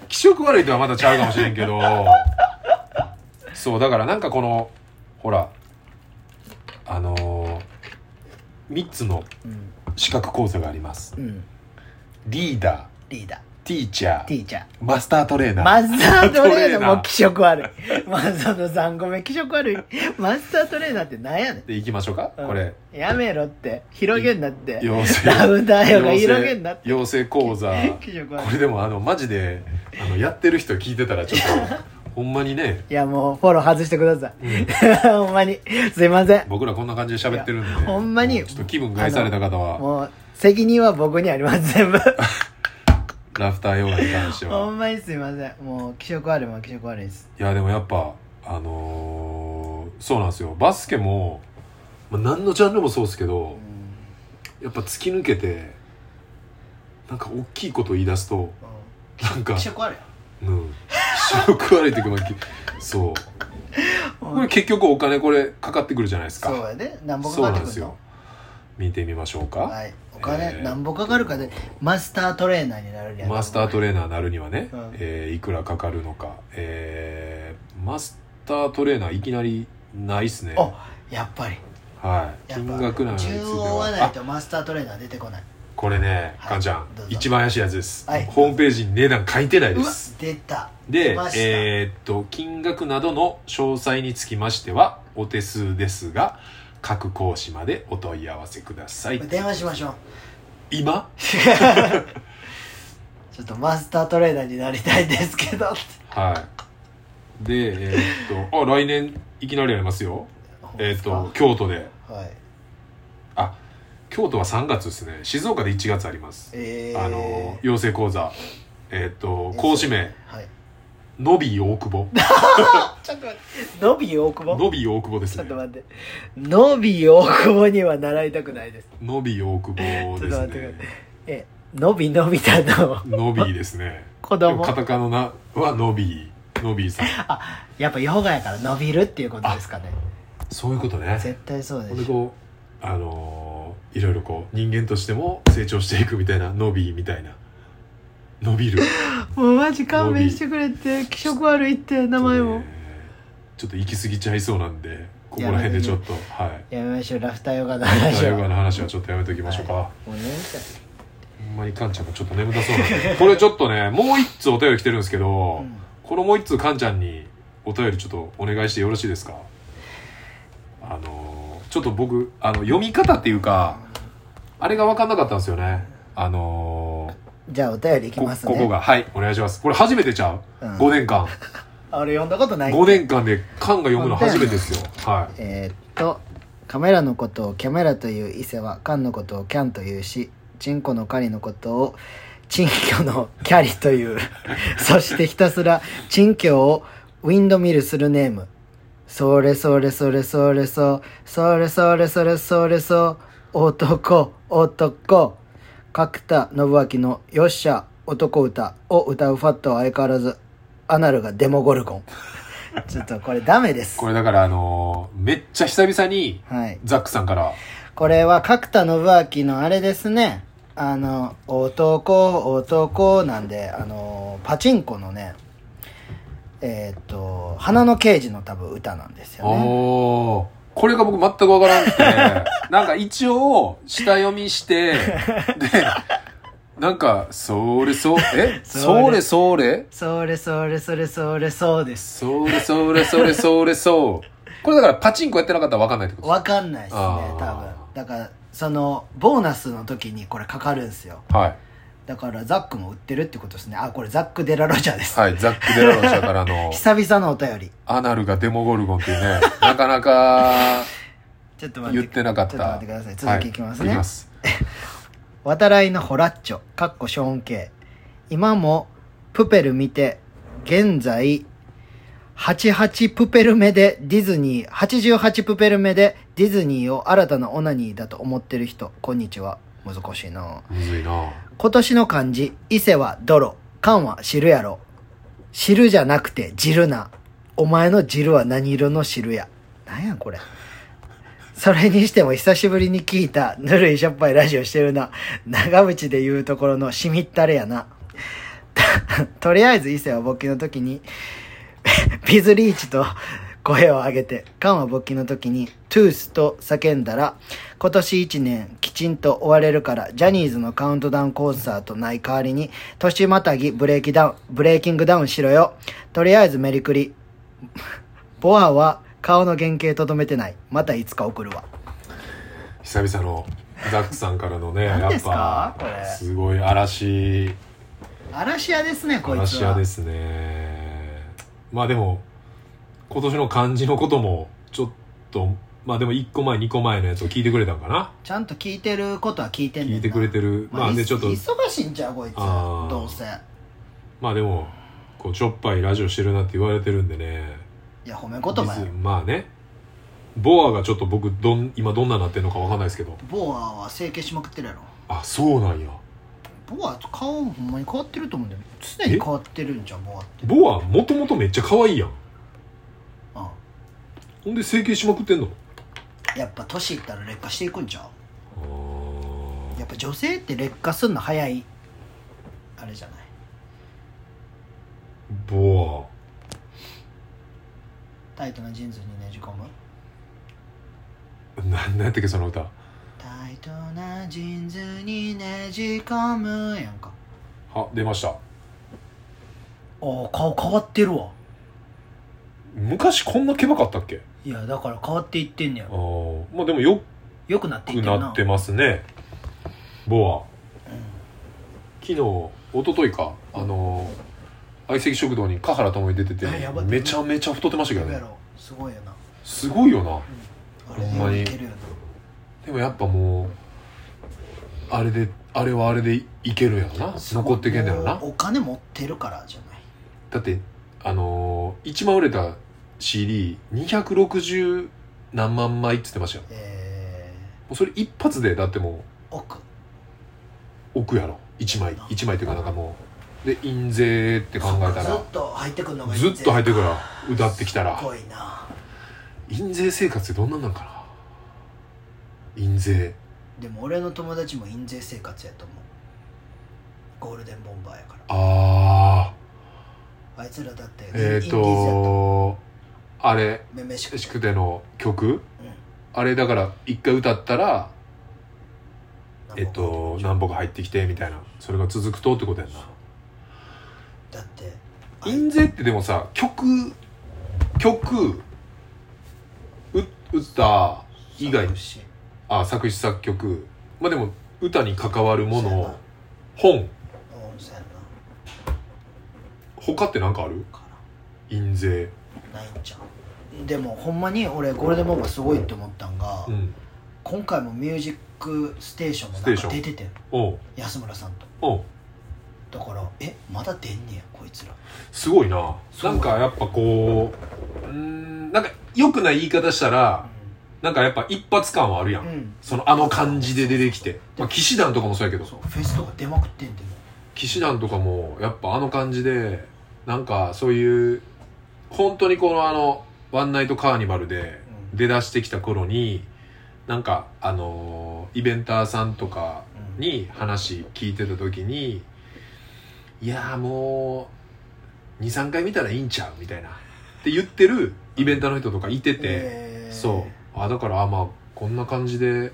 Speaker 2: 気色悪いとはまだちゃうかもしれんけどそうだからなんかこのほらあのー、3つの
Speaker 1: うん、
Speaker 2: 資格講座があります
Speaker 1: うん、
Speaker 2: リーダ
Speaker 1: リーダー
Speaker 2: ーティーチャ
Speaker 1: テ
Speaker 2: ー
Speaker 1: ィーチャー
Speaker 2: マスタートレーナ
Speaker 1: マ
Speaker 2: ー
Speaker 1: スタートレーナーもう
Speaker 2: <laughs> マスタートレーナ
Speaker 1: 気色
Speaker 2: ー
Speaker 1: 悪い。マサトさんごめん、気色悪い。マスタートレーナーってなんやねん。
Speaker 2: でいきましょうか、
Speaker 1: うん
Speaker 2: これ
Speaker 1: やめろって。広げんなって。
Speaker 2: 養成
Speaker 1: ラウダーヨが
Speaker 2: 養成
Speaker 1: 広げんなって。
Speaker 2: 養成講
Speaker 1: <laughs>
Speaker 2: 座
Speaker 1: 気色
Speaker 2: こ
Speaker 1: 悪
Speaker 2: れ
Speaker 1: い。
Speaker 2: でもあのマジであのやってる人聞いてたらちょ
Speaker 1: <laughs>
Speaker 2: っとほんまにね、
Speaker 1: いやもうフォロー外してくださ
Speaker 2: うん
Speaker 1: い。 <laughs> ほんまに。すいません。
Speaker 2: 僕らこんな感じで喋ってるんで
Speaker 1: いやほんまに
Speaker 2: ちょっと気分害された方は
Speaker 1: もう責任は僕にあります、全部。
Speaker 2: ラフターヨガに関して
Speaker 1: ほん
Speaker 2: は
Speaker 1: まにすいません。もう気色悪いもん気色悪いです。
Speaker 2: いやでもやっぱあのーそうなんですよバスケも、まあ、何のジャンルもそうですけ
Speaker 1: う
Speaker 2: ど
Speaker 1: ん
Speaker 2: やっぱ突き抜けてなんか大きいこと言い出すとなん
Speaker 1: <laughs>
Speaker 2: か
Speaker 1: 気、色悪いよ。
Speaker 2: うん、気色悪いというかまあきそうこれ結局お金これかかってくるじゃないです
Speaker 1: そう
Speaker 2: か
Speaker 1: やで。なんぼか
Speaker 2: そう
Speaker 1: か
Speaker 2: な
Speaker 1: って
Speaker 2: んで
Speaker 1: く
Speaker 2: す
Speaker 1: る
Speaker 2: よ
Speaker 1: の
Speaker 2: 見てみましょうか、
Speaker 1: はい。お金、
Speaker 2: えー
Speaker 1: なんぼかかるかで、マスタートレーナーになるやん。
Speaker 2: マスタートレーナーなるにはね、
Speaker 1: うん
Speaker 2: えーいくらかかるのか、えーマスタートレーナーいきなりないっすね
Speaker 1: おやっぱり
Speaker 2: はい
Speaker 1: やっ
Speaker 2: 金
Speaker 1: ぱ
Speaker 2: 額なのについて
Speaker 1: 中央はない
Speaker 2: はあ
Speaker 1: とマスタートレーナー出てこない
Speaker 2: これね
Speaker 1: はい
Speaker 2: かんちゃん
Speaker 1: どうぞ
Speaker 2: 一番怪しいやつです、
Speaker 1: はい
Speaker 2: ホームページに値段書いてないうで
Speaker 1: わ
Speaker 2: す
Speaker 1: 出た出
Speaker 2: で
Speaker 1: ました
Speaker 2: えーっと金額などの詳細につきましてはお手数ですが各講師までお問い合わせください
Speaker 1: 電話しましょう
Speaker 2: 今
Speaker 1: ちょっとマスタートレーナーになりたいですけど
Speaker 2: はいでえーっとあ来年いきなりやりますよえーっと京都で
Speaker 1: はい
Speaker 2: あ京都は3月ですね静岡で1月あります、
Speaker 1: え
Speaker 2: あの養成講座えーっと講師名
Speaker 1: はい
Speaker 2: ノビー大久保
Speaker 1: ちょっと待ってノビー大久保
Speaker 2: ノビー大久保です
Speaker 1: ちょっ
Speaker 2: ね
Speaker 1: と待ってノビー大久保には習いたくないです
Speaker 2: ノビー大久保
Speaker 1: ちょ
Speaker 2: で
Speaker 1: っと
Speaker 2: す
Speaker 1: 待ってくだ
Speaker 2: ね
Speaker 1: さいえノビのび太の
Speaker 2: ノビーですね
Speaker 1: 子供
Speaker 2: カタカナなはノビーノビーさん
Speaker 1: あやっぱヨガやから伸びるっていうことですかね
Speaker 2: そういうことね
Speaker 1: 絶対そう
Speaker 2: ほ
Speaker 1: で
Speaker 2: んですこうあのーいろいろこう人間としても成長していくみたいなノビーみたいな伸びる
Speaker 1: もうマジ勘弁してくれって気色悪いって <laughs> 名前も
Speaker 2: ちょっと行き過ぎちゃいそうなんでここら辺でちょっとはい
Speaker 1: やめましょうラフターヨガの話
Speaker 2: ヨ
Speaker 1: は
Speaker 2: ガの話はちょっとやめておきましょうか、
Speaker 1: もうね
Speaker 2: ほんまにカンちゃんがちょっと眠たそうなんでこれちょっとねもう一通お便り来てるんですけど、
Speaker 1: うん
Speaker 2: このもう一通カンちゃんにお便りちょっとお願いしてよろしいですかあのーちょっと僕あの読み方っていうかあれが分かんなかったんですよねあの
Speaker 1: じゃあお便りい
Speaker 2: ー
Speaker 1: きますね
Speaker 2: こここがはいお願いしますこれ初めてちゃ
Speaker 1: う
Speaker 2: う、
Speaker 1: ん
Speaker 2: 5年間
Speaker 1: あ俺読んだことない
Speaker 2: 5年間でカンが読むの初めてですよはい
Speaker 1: えーっとカメラのことをキャメラという伊勢はカンのことをキャンというしチンコの狩りのことを珍居のキャリと <laughs> いうそしてひたすら珍居をウィンドミルするネームそれそれそれそれそそれそれそれそれそ男男角田信明の「よっしゃ男歌」を歌うファットは相変わらずアナルがデモゴルゴンちょっとこれダメです
Speaker 2: これだからあのーめっちゃ久々に
Speaker 1: はい
Speaker 2: ザックさんから
Speaker 1: これは角田信明のあれですねあの「男男」なんであのパチンコのねえーっと花の刑事の多分歌なんです
Speaker 2: 「
Speaker 1: よ
Speaker 2: お
Speaker 1: ね
Speaker 2: おーこれが僕全くわからんくて
Speaker 1: <laughs>
Speaker 2: なんか一応下読みしてでなんか「それそえそ
Speaker 1: そ
Speaker 2: れ
Speaker 1: れ
Speaker 2: それ
Speaker 1: それそれそれそれそうです
Speaker 2: それそれそれそれそう」これだからパチンコやってなかったらわかんないってこと
Speaker 1: わかんないですね
Speaker 2: あー
Speaker 1: 多分だからそのボーナスの時にこれかかるんですよ
Speaker 2: はい
Speaker 1: だからザックも売ってるってことですねあこれザック・デラロジャーです、
Speaker 2: はいザック・デラロン社からの
Speaker 1: 久々のお便り
Speaker 2: アナルがデモゴルゴンっていうね、なか
Speaker 1: <laughs>
Speaker 2: なか
Speaker 1: ちょっと待
Speaker 2: 言
Speaker 1: っ
Speaker 2: っててなかった。
Speaker 1: ちょっと待ってください続きいきますね
Speaker 2: はい、いきます。
Speaker 1: 渡来のホラッチョかっこショーン系今もプペル見て現在88プペル目でディズニー88プペル目でディズニーを新たなオナニーだと思ってる人こんにちは難しいな
Speaker 2: むずいな
Speaker 1: 今年の漢字、伊勢は泥、缶は汁やろ。汁じゃなくて汁な。お前の汁は何色の汁や。なんやこれ。それにしても久しぶりに聞いたぬるいしょっぱいラジオしてるな。長渕で言うところのしみったれやな。た <laughs> とりあえず伊勢は勃起の時に、ビズリーチと声を上げて、カンは勃起の時に、トゥースと叫んだら、今年一年きちんと終われるから、ジャニーズのカウントダウンコンサートない代わりに、年またぎブレーキダウン、ブレーキングダウンしろよ。とりあえずメリクリ。ボアは顔の原型とどめてない。またいつか送るわ。
Speaker 2: 久々のザックさんからのね、や
Speaker 1: 何で
Speaker 2: っ
Speaker 1: すか
Speaker 2: ぱ
Speaker 1: これ、
Speaker 2: すごい嵐、
Speaker 1: 嵐屋ですね、こいつ
Speaker 2: 嵐
Speaker 1: は。
Speaker 2: 屋ですね。まあでも、今年の漢字のことも、ちょっと、まあでも1個前、2個前のやつを聞いてくれたんかな。
Speaker 1: ちゃんと聞いてることは聞いてんねんな
Speaker 2: 聞いてくれてる。まあで、
Speaker 1: い
Speaker 2: ちょっと、
Speaker 1: 忙しいんちゃうこいつ。
Speaker 2: あー
Speaker 1: どうせ。
Speaker 2: まあでも、こう、ちょっぱいラジオしてるなって言われてるんでね。
Speaker 1: いや、褒め言葉や
Speaker 2: リズ。ムまあねボアがちょっと僕どん今どんななってるのかわかんないですけど
Speaker 1: ボアは整形しまくってるやろ。
Speaker 2: あそうなんや
Speaker 1: ボアと顔ほんまに変わってると思うんだよ常に変わってるんじゃんボアって
Speaker 2: ボアもともとめっちゃ可愛いやん
Speaker 1: あ
Speaker 2: ほんで整形しまくってんの
Speaker 1: やっぱ年いったら劣化していくんちゃ
Speaker 2: あ
Speaker 1: う
Speaker 2: ー
Speaker 1: やっぱ女性って劣化すんの早いあれじゃない
Speaker 2: ボ
Speaker 1: タイトなジーンズにねじ込む
Speaker 2: アななんやったっけその歌
Speaker 1: タイトなジーンズにねじ込むやんか
Speaker 2: は出ました
Speaker 1: おー顔変わってるわ
Speaker 2: 昔こんなケバかったっけ
Speaker 1: いやだから変わっていってんねや
Speaker 2: あーまあでもよ
Speaker 1: よくなってい
Speaker 2: く
Speaker 1: ってるな
Speaker 2: なってますねボア昨日一昨日かあのー相席食堂に華原朋美出てて
Speaker 1: あやばい
Speaker 2: めちゃめちゃ太ってましたけど
Speaker 1: や
Speaker 2: ね
Speaker 1: ろすごいよな
Speaker 2: すごいよな
Speaker 1: あれ
Speaker 2: ほんまに
Speaker 1: でいけるよな
Speaker 2: でもやっぱもうあれであれはあれでいけるんやろな残っていけんだろな
Speaker 1: もうお金持ってるからじゃない
Speaker 2: だってあのー、一番売れた CD260 何万枚っつってましたよも
Speaker 1: え
Speaker 2: うそれ一発でだっても
Speaker 1: ー、奥
Speaker 2: う置くやろ一枚一枚っていうかなんかもうで印税って考えた
Speaker 1: ずっ
Speaker 2: ら
Speaker 1: と入ってくるのが
Speaker 2: ずっと入ってくる
Speaker 1: る
Speaker 2: わ歌ってきたら
Speaker 1: すごいな
Speaker 2: 印税生活ってどんなんなんかな印税
Speaker 1: でも俺の友達も印税生活やと思うゴールデンボンバーやから
Speaker 2: あ
Speaker 1: あいつらだって
Speaker 2: ーえっ、
Speaker 1: インディーズやと
Speaker 2: とあれ
Speaker 1: めめしくて
Speaker 2: しくての曲
Speaker 1: う
Speaker 2: あれだから一回歌ったら
Speaker 1: ん
Speaker 2: えっと何歩か入ってきてみたいなそれが続くとってことやんな
Speaker 1: だってあ
Speaker 2: 印税ってでもさ曲曲う歌以外
Speaker 1: 作詞
Speaker 2: あ作詞作曲まあでも歌に関わるも
Speaker 1: そうやな
Speaker 2: の本
Speaker 1: 温泉な
Speaker 2: 他って何かある
Speaker 1: か
Speaker 2: 印税
Speaker 1: らないんちゃうでもほんまに俺ゴールデンボンバーすごいって思ったんが、
Speaker 2: うん
Speaker 1: 今回も「ミュージックステーション」も
Speaker 2: ステ
Speaker 1: な
Speaker 2: ー
Speaker 1: ん
Speaker 2: ショ
Speaker 1: か出
Speaker 2: ン
Speaker 1: ててん
Speaker 2: おう
Speaker 1: 安村さんと
Speaker 2: おう
Speaker 1: だからえまだ出んねやこいつら
Speaker 2: すごいな
Speaker 1: そ
Speaker 2: な
Speaker 1: うん
Speaker 2: かやっぱこううーんなんか良くない言い方したらなんかやっぱ一発感はあるやん、
Speaker 1: うん
Speaker 2: そのあの感じで出てきて、まあ、騎士団とかもそうやけど
Speaker 1: そうフェスとか出まくってんても
Speaker 2: 騎士団とかもやっぱあの感じでなんかそういう本当にこのあの「ワンナイトカーニバル」で
Speaker 1: うん
Speaker 2: 出だしてきた頃になんかあのーイベンターさんとか
Speaker 1: うん
Speaker 2: に話聞いてた時に「いやーもう23回見たらいいんちゃう?」みたいなって言ってるイベンターの人とかいてて。
Speaker 1: えー
Speaker 2: そうあだからあまあこんな感じで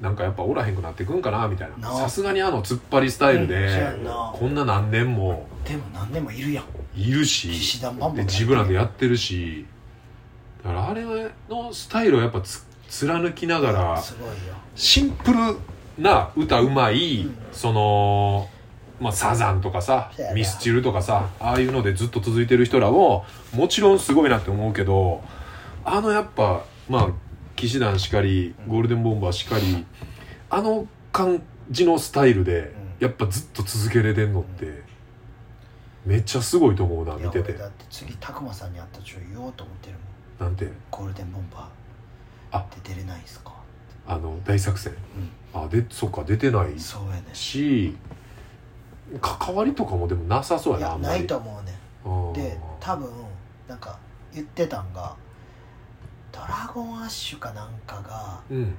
Speaker 2: なんかやっぱおらへんくなってくんかなみたい
Speaker 1: な
Speaker 2: な
Speaker 1: あ
Speaker 2: さすがにあの突っ張りスタイル
Speaker 1: うんそう
Speaker 2: で
Speaker 1: や、んな
Speaker 2: こんな何年も
Speaker 1: でも何年もいるやん
Speaker 2: いるし
Speaker 1: 騎士団バンバ
Speaker 2: で
Speaker 1: ン
Speaker 2: 自分らでやってるしだからあれのスタイルをやっぱつ貫きながら
Speaker 1: すごいよ
Speaker 2: シンプルな歌うまい、
Speaker 1: うん
Speaker 2: その、まあ、サザンとかさ
Speaker 1: そうやな
Speaker 2: ミスチルとかさああいうのでずっと続いてる人らももちろんすごいなって思うけどあのやっぱまあ騎士団しかり
Speaker 1: うん
Speaker 2: ゴールデンボンバーしかりあの感じのスタイルで
Speaker 1: うん
Speaker 2: やっぱずっと続けれてんのってめっちゃすごいと思うない
Speaker 1: や
Speaker 2: 見て
Speaker 1: 俺
Speaker 2: て
Speaker 1: だって次拓磨さんに会った時言おうと思ってるもん
Speaker 2: なんて
Speaker 1: ゴールデンボンバー
Speaker 2: あ
Speaker 1: って出れないんすか
Speaker 2: あの大作戦
Speaker 1: う
Speaker 2: あでそっか出てない
Speaker 1: んそうやね
Speaker 2: し関わりとかもでもなさそう
Speaker 1: い
Speaker 2: や
Speaker 1: や
Speaker 2: なあんま
Speaker 1: な
Speaker 2: り
Speaker 1: いと思うね
Speaker 2: うん
Speaker 1: で多分なんか言ってたんがドラゴンアッシュかなんかが
Speaker 2: うん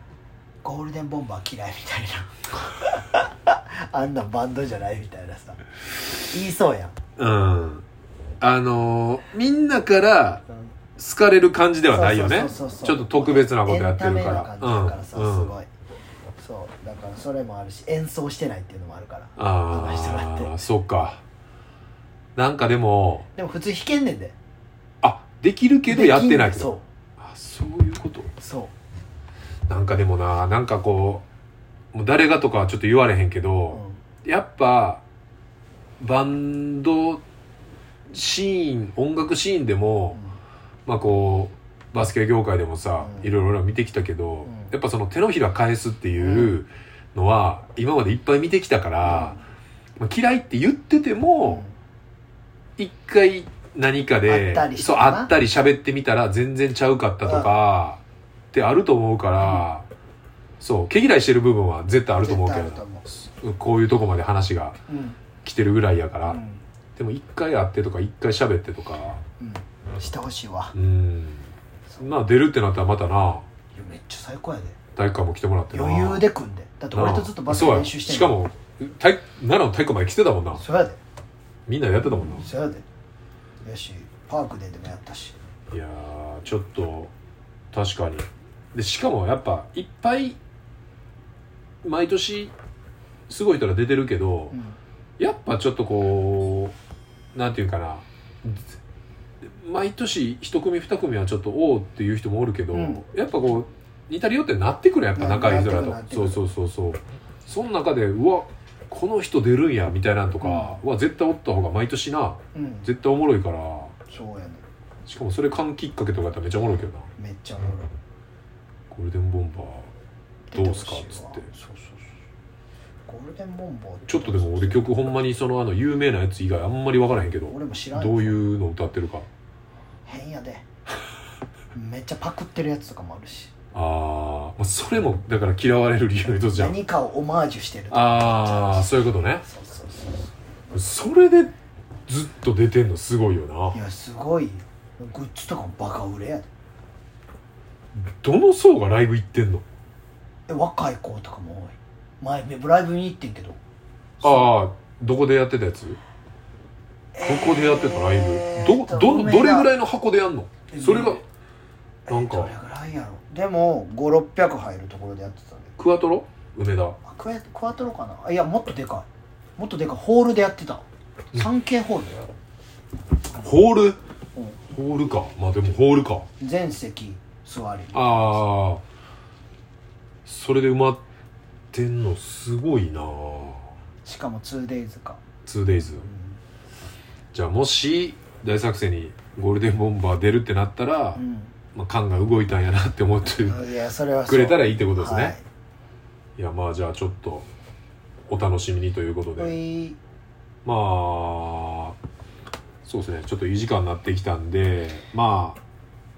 Speaker 1: ゴールデンボンバー嫌いみたいなあんなバンドじゃないみたいなさ言いそうやん、
Speaker 2: うんあのーみんなから
Speaker 1: うん
Speaker 2: 好かれる感じではないよね
Speaker 1: そうそうそうそう
Speaker 2: ちょっと特別なことやって
Speaker 1: エンタ
Speaker 2: るか
Speaker 1: メな
Speaker 2: ら
Speaker 1: 感じだからさ、
Speaker 2: うん
Speaker 1: す
Speaker 2: うん
Speaker 1: ごいそうだからそれもあるし演奏してないっていうのもあるから話してもら
Speaker 2: あ
Speaker 1: って
Speaker 2: あそっかなんかでも
Speaker 1: でも普通弾けんねんで
Speaker 2: あできるけどやってない
Speaker 1: できんねんそ
Speaker 2: あそういうこと
Speaker 1: うそう
Speaker 2: なんかでもななんかこうもう誰がとかはちょっと言われへんけど、やっぱバンドシーン音楽シーンで
Speaker 1: うん
Speaker 2: も、まあこうバスケ業界でもさ、
Speaker 1: うん
Speaker 2: いろいろ俺は見てきたけど、
Speaker 1: うん
Speaker 2: やっぱその手のひら返すっていうのは、今までいっぱい見てきたから、まあ嫌いって言ってて
Speaker 1: うん
Speaker 2: も一、回何か
Speaker 1: あ
Speaker 2: で
Speaker 1: ったりして
Speaker 2: そう
Speaker 1: な
Speaker 2: あったり喋ってみたら全然ちゃうかったとか、ってあると思うから、そう毛嫌いしてる部分は絶対あると思うけ
Speaker 1: 絶対ある
Speaker 2: どこういうとこまで話が
Speaker 1: うんうん
Speaker 2: 来てるぐらいやから、
Speaker 1: うん
Speaker 2: でも一回会ってとか一回喋ってとか
Speaker 1: うんしてほしいわ
Speaker 2: うんまあ出るってなったらまたない
Speaker 1: やめっちゃ最高やで
Speaker 2: 体育館も来てもらってな
Speaker 1: 余裕で組んでだって
Speaker 2: なあ
Speaker 1: 俺とずっとバスケ練習してん
Speaker 2: そうや
Speaker 1: の
Speaker 2: しかも体奈良の体育館まで来てたもんな
Speaker 1: そうやで
Speaker 2: みんなやってたもんな
Speaker 1: そうやでよしパークででもやったし
Speaker 2: いやーちょっと確かにでしかもやっぱいっぱい毎年すごい人ら出てるけど、
Speaker 1: うん
Speaker 2: やっぱちょっとこうなんていうかな毎年一組二組はちょっとおおっていう人もおるけど、
Speaker 1: うん
Speaker 2: やっぱこう似たり寄ってなってくるやっぱ
Speaker 1: な
Speaker 2: 仲いい人だ
Speaker 1: なって
Speaker 2: と
Speaker 1: く
Speaker 2: そう
Speaker 1: る
Speaker 2: そうそうそうその中でうわこの人出るんやみたいなんとか、は絶対おった方が毎年な
Speaker 1: うん
Speaker 2: 絶対おもろいから
Speaker 1: そうやね
Speaker 2: しかもそれ缶きっかけとかやったらめっちゃおもろいけどな
Speaker 1: めっちゃおもろい
Speaker 2: ゴールデンボンバーどうすかっつって
Speaker 1: 出ほしいわそうそうそうゴールデンボンボー
Speaker 2: ちょっとでも俺曲ほんまにそのあの有名なやつ以外あんまり分からへんけど
Speaker 1: 俺も知らん
Speaker 2: どういうの歌ってるか
Speaker 1: 変やで <laughs> めっちゃパクってるやつとかもあるし
Speaker 2: ああ、まあ、それもだから嫌われる理由の一つじゃん。
Speaker 1: 何かをオマージュしてるとか
Speaker 2: ああ、そういうことね。
Speaker 1: そうそうそう
Speaker 2: それでずっと出てんのすごいよ
Speaker 1: い
Speaker 2: な。
Speaker 1: やすごいよグッズとかもバカ売れやで
Speaker 2: どの層がライブ行ってんの
Speaker 1: え若い子とかも多い前ライブに行ってんけど
Speaker 2: ああ、どこでやってたやつどこでやってたライブど、ど、どれぐら
Speaker 1: い
Speaker 2: いの箱でやんのそれが、なん
Speaker 1: どれ
Speaker 2: か、
Speaker 1: ぐらいやろでも5600入るところでやってたね
Speaker 2: クワトロ梅田。
Speaker 1: あクエクワトロかなあいやもっとでかいもっとでかいホールでやってた 3K ホールだよ
Speaker 2: ホール
Speaker 1: うん
Speaker 2: ホールか。まあでもホールか。
Speaker 1: 全席座り
Speaker 2: ああ、それで埋まってんのすごいな
Speaker 1: しかも 2days か、
Speaker 2: 2days。じゃあもし大作戦にゴールデンボンバー出るってなったら、
Speaker 1: うん
Speaker 2: まあ、缶が動いたんやなって思って
Speaker 1: うん、いやそれはそう
Speaker 2: くれたらいいってことですね、
Speaker 1: はい
Speaker 2: い、やまあじゃあちょっとお楽しみにということで、
Speaker 1: うい
Speaker 2: まあそうですねちょっといい時間になってきたんでまあ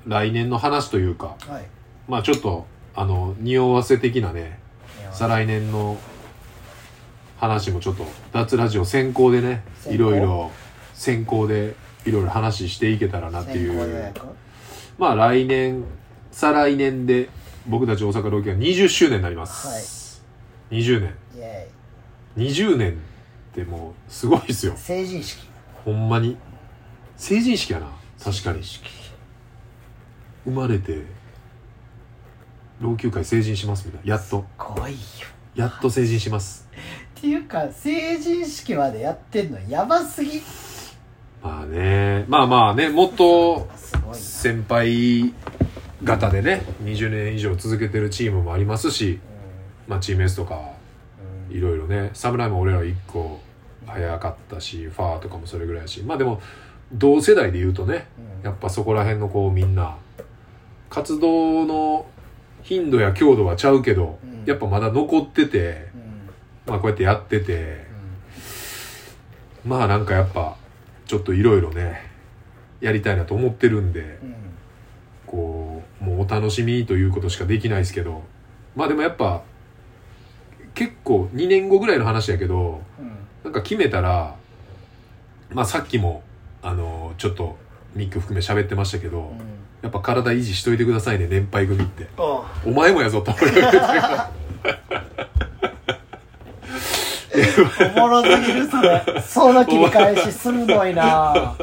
Speaker 2: 来年の話というか
Speaker 1: はい
Speaker 2: まあちょっとあの匂わせ的なね再来年の話もちょっと脱ラジオ先行でね
Speaker 1: 先行
Speaker 2: いろいろ先行でいろいろ話していけたらなってい
Speaker 1: 先行予
Speaker 2: う
Speaker 1: 約
Speaker 2: まあ来年再来年で僕たち大阪ロケが20周年になります、20年
Speaker 1: イエ
Speaker 2: 20年ってもうすごいですよ
Speaker 1: ーイ成人式
Speaker 2: ほんまに成人式やな確か
Speaker 1: 成
Speaker 2: に
Speaker 1: 人式
Speaker 2: 生まれて老朽化成人しますみたいなやっと
Speaker 1: 怖いよ
Speaker 2: やっと成人します
Speaker 1: っていうか成人式までやってんのやばすぎ
Speaker 2: まあねまあまあねもっと
Speaker 1: すごい
Speaker 2: 先輩方でね20年以上続けてるチームもありますし、まあ、チーム S とか
Speaker 1: うん
Speaker 2: いろいろね侍も俺ら1個早かったしファーとかもそれぐらいやしまあでも同世代で言うとね
Speaker 1: うん
Speaker 2: やっぱそこら辺のこうみんな活動の頻度や強度はちゃうけど、
Speaker 1: うん
Speaker 2: やっぱまだ残ってて、
Speaker 1: うん
Speaker 2: まあ、こうやってやってて、まあなんかやっぱちょっといろいろねやりたいなと思ってるんで
Speaker 1: うんうん
Speaker 2: こうもうお楽しみということしかできないですけどまあでもやっぱ結構2年後ぐらいの話やけど
Speaker 1: うん
Speaker 2: なんか決めたら、まあさっきも、あのちょっと、ミック含め喋ってましたけど、
Speaker 1: うん
Speaker 2: やっぱ体維持しといてくださいね、年配組って。
Speaker 1: お
Speaker 2: お前もやぞ、と俺が言ってるから。
Speaker 1: もろすぎるそれその切り返し鋭い <laughs> な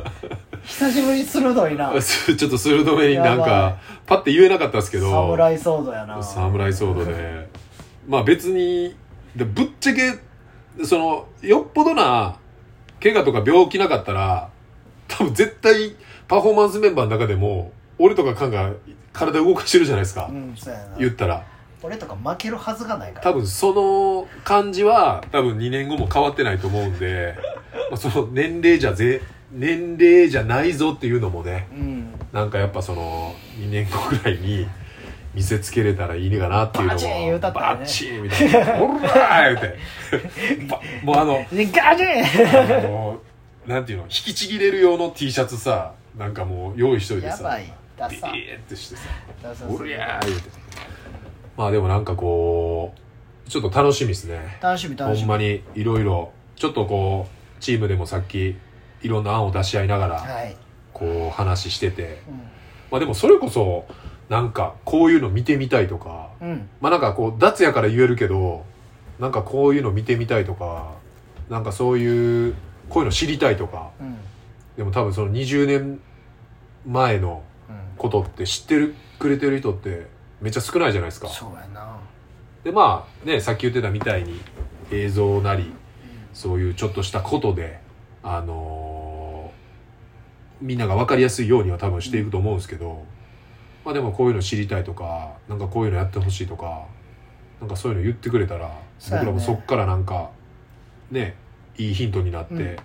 Speaker 1: 久しぶりに鋭いな
Speaker 2: す <laughs> ちょっと鋭めになんか、パッて言えなかったですけど、
Speaker 1: 侍ソードやな
Speaker 2: サムライソードで。まあ別に、でぶっちゃけ、その、よっぽどな、怪我とか病気なかったら、多分絶対、パフォーマンスメンバーの中でも、俺とかカンが体動かしてるじゃないですか。
Speaker 1: うんそうやな
Speaker 2: 言ったら。
Speaker 1: 俺とか負けるはずがないから
Speaker 2: 多分その感じは多分2年後も変わってないと思うんで、まあ、その年齢じゃぜ年齢じゃないぞっていうのもね
Speaker 1: うん
Speaker 2: なんかやっぱその2年後ぐらいに見せつけれたらいいかなっていうのも
Speaker 1: バチーン言うたったらね
Speaker 2: バチーンみたいな「ほら!」言うてばもうあの
Speaker 1: でガジン
Speaker 2: あのなんていうの引きちぎれる用の T シャツさなんかもう用意しといて
Speaker 1: や
Speaker 2: さ
Speaker 1: ばいダ
Speaker 2: ビ
Speaker 1: サ
Speaker 2: ーってしてさ
Speaker 1: ダサ
Speaker 2: 「おりゃ!」言うてまあでもなんかこうちょっと楽しみですね
Speaker 1: 楽しみ楽
Speaker 2: ほ
Speaker 1: し
Speaker 2: ん
Speaker 1: み
Speaker 2: まにいろいろちょっとこうチームでもさっきいろんな案を出し合いながら
Speaker 1: はい
Speaker 2: こう話してて、
Speaker 1: う
Speaker 2: まあ、でもそれこそなんかこういうの見てみたいとか
Speaker 1: んうん
Speaker 2: まあなんかこう脱やから言えるけどなんかこういうの見てみたいとかなんかそういうこういうの知りたいとか
Speaker 1: うん
Speaker 2: でも多分その20年前の
Speaker 1: うん
Speaker 2: ことって知ってるくれてる人ってめっちゃ少ないじゃないですか。
Speaker 1: そうやな
Speaker 2: でまあねさっき言ってたみたいに映像なりそういうちょっとしたことで、あのーみんなが分かりやすいようには多分していくと思うんですけど、まあでもこういうの知りたいとかなんかこういうのやってほしいとかなんかそういうの言ってくれたら、
Speaker 1: そうや
Speaker 2: 僕
Speaker 1: ね
Speaker 2: らもそっからなんかねいいヒントになって、
Speaker 1: うん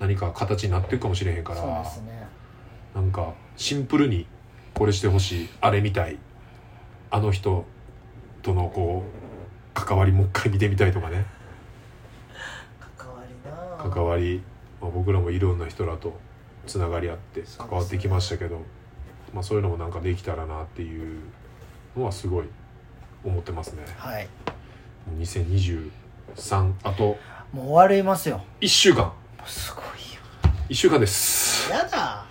Speaker 2: 何か形になっていくかもしれへんから
Speaker 1: そうですね
Speaker 2: なんかシンプルにこれしてほしいあれみたいあの人とのこう関わりもう一回見てみたいとかね。
Speaker 1: 関わりな
Speaker 2: 関わり、まあ、僕らもいろんな人らとつながりあって関わってきましたけど、まあ、そういうのもなんかできたらなっていうのはすごい思ってますね
Speaker 1: はい
Speaker 2: もう2023あと
Speaker 1: もう終わりますよも
Speaker 2: 1週間
Speaker 1: うすごいよ
Speaker 2: 1週間です
Speaker 1: やだ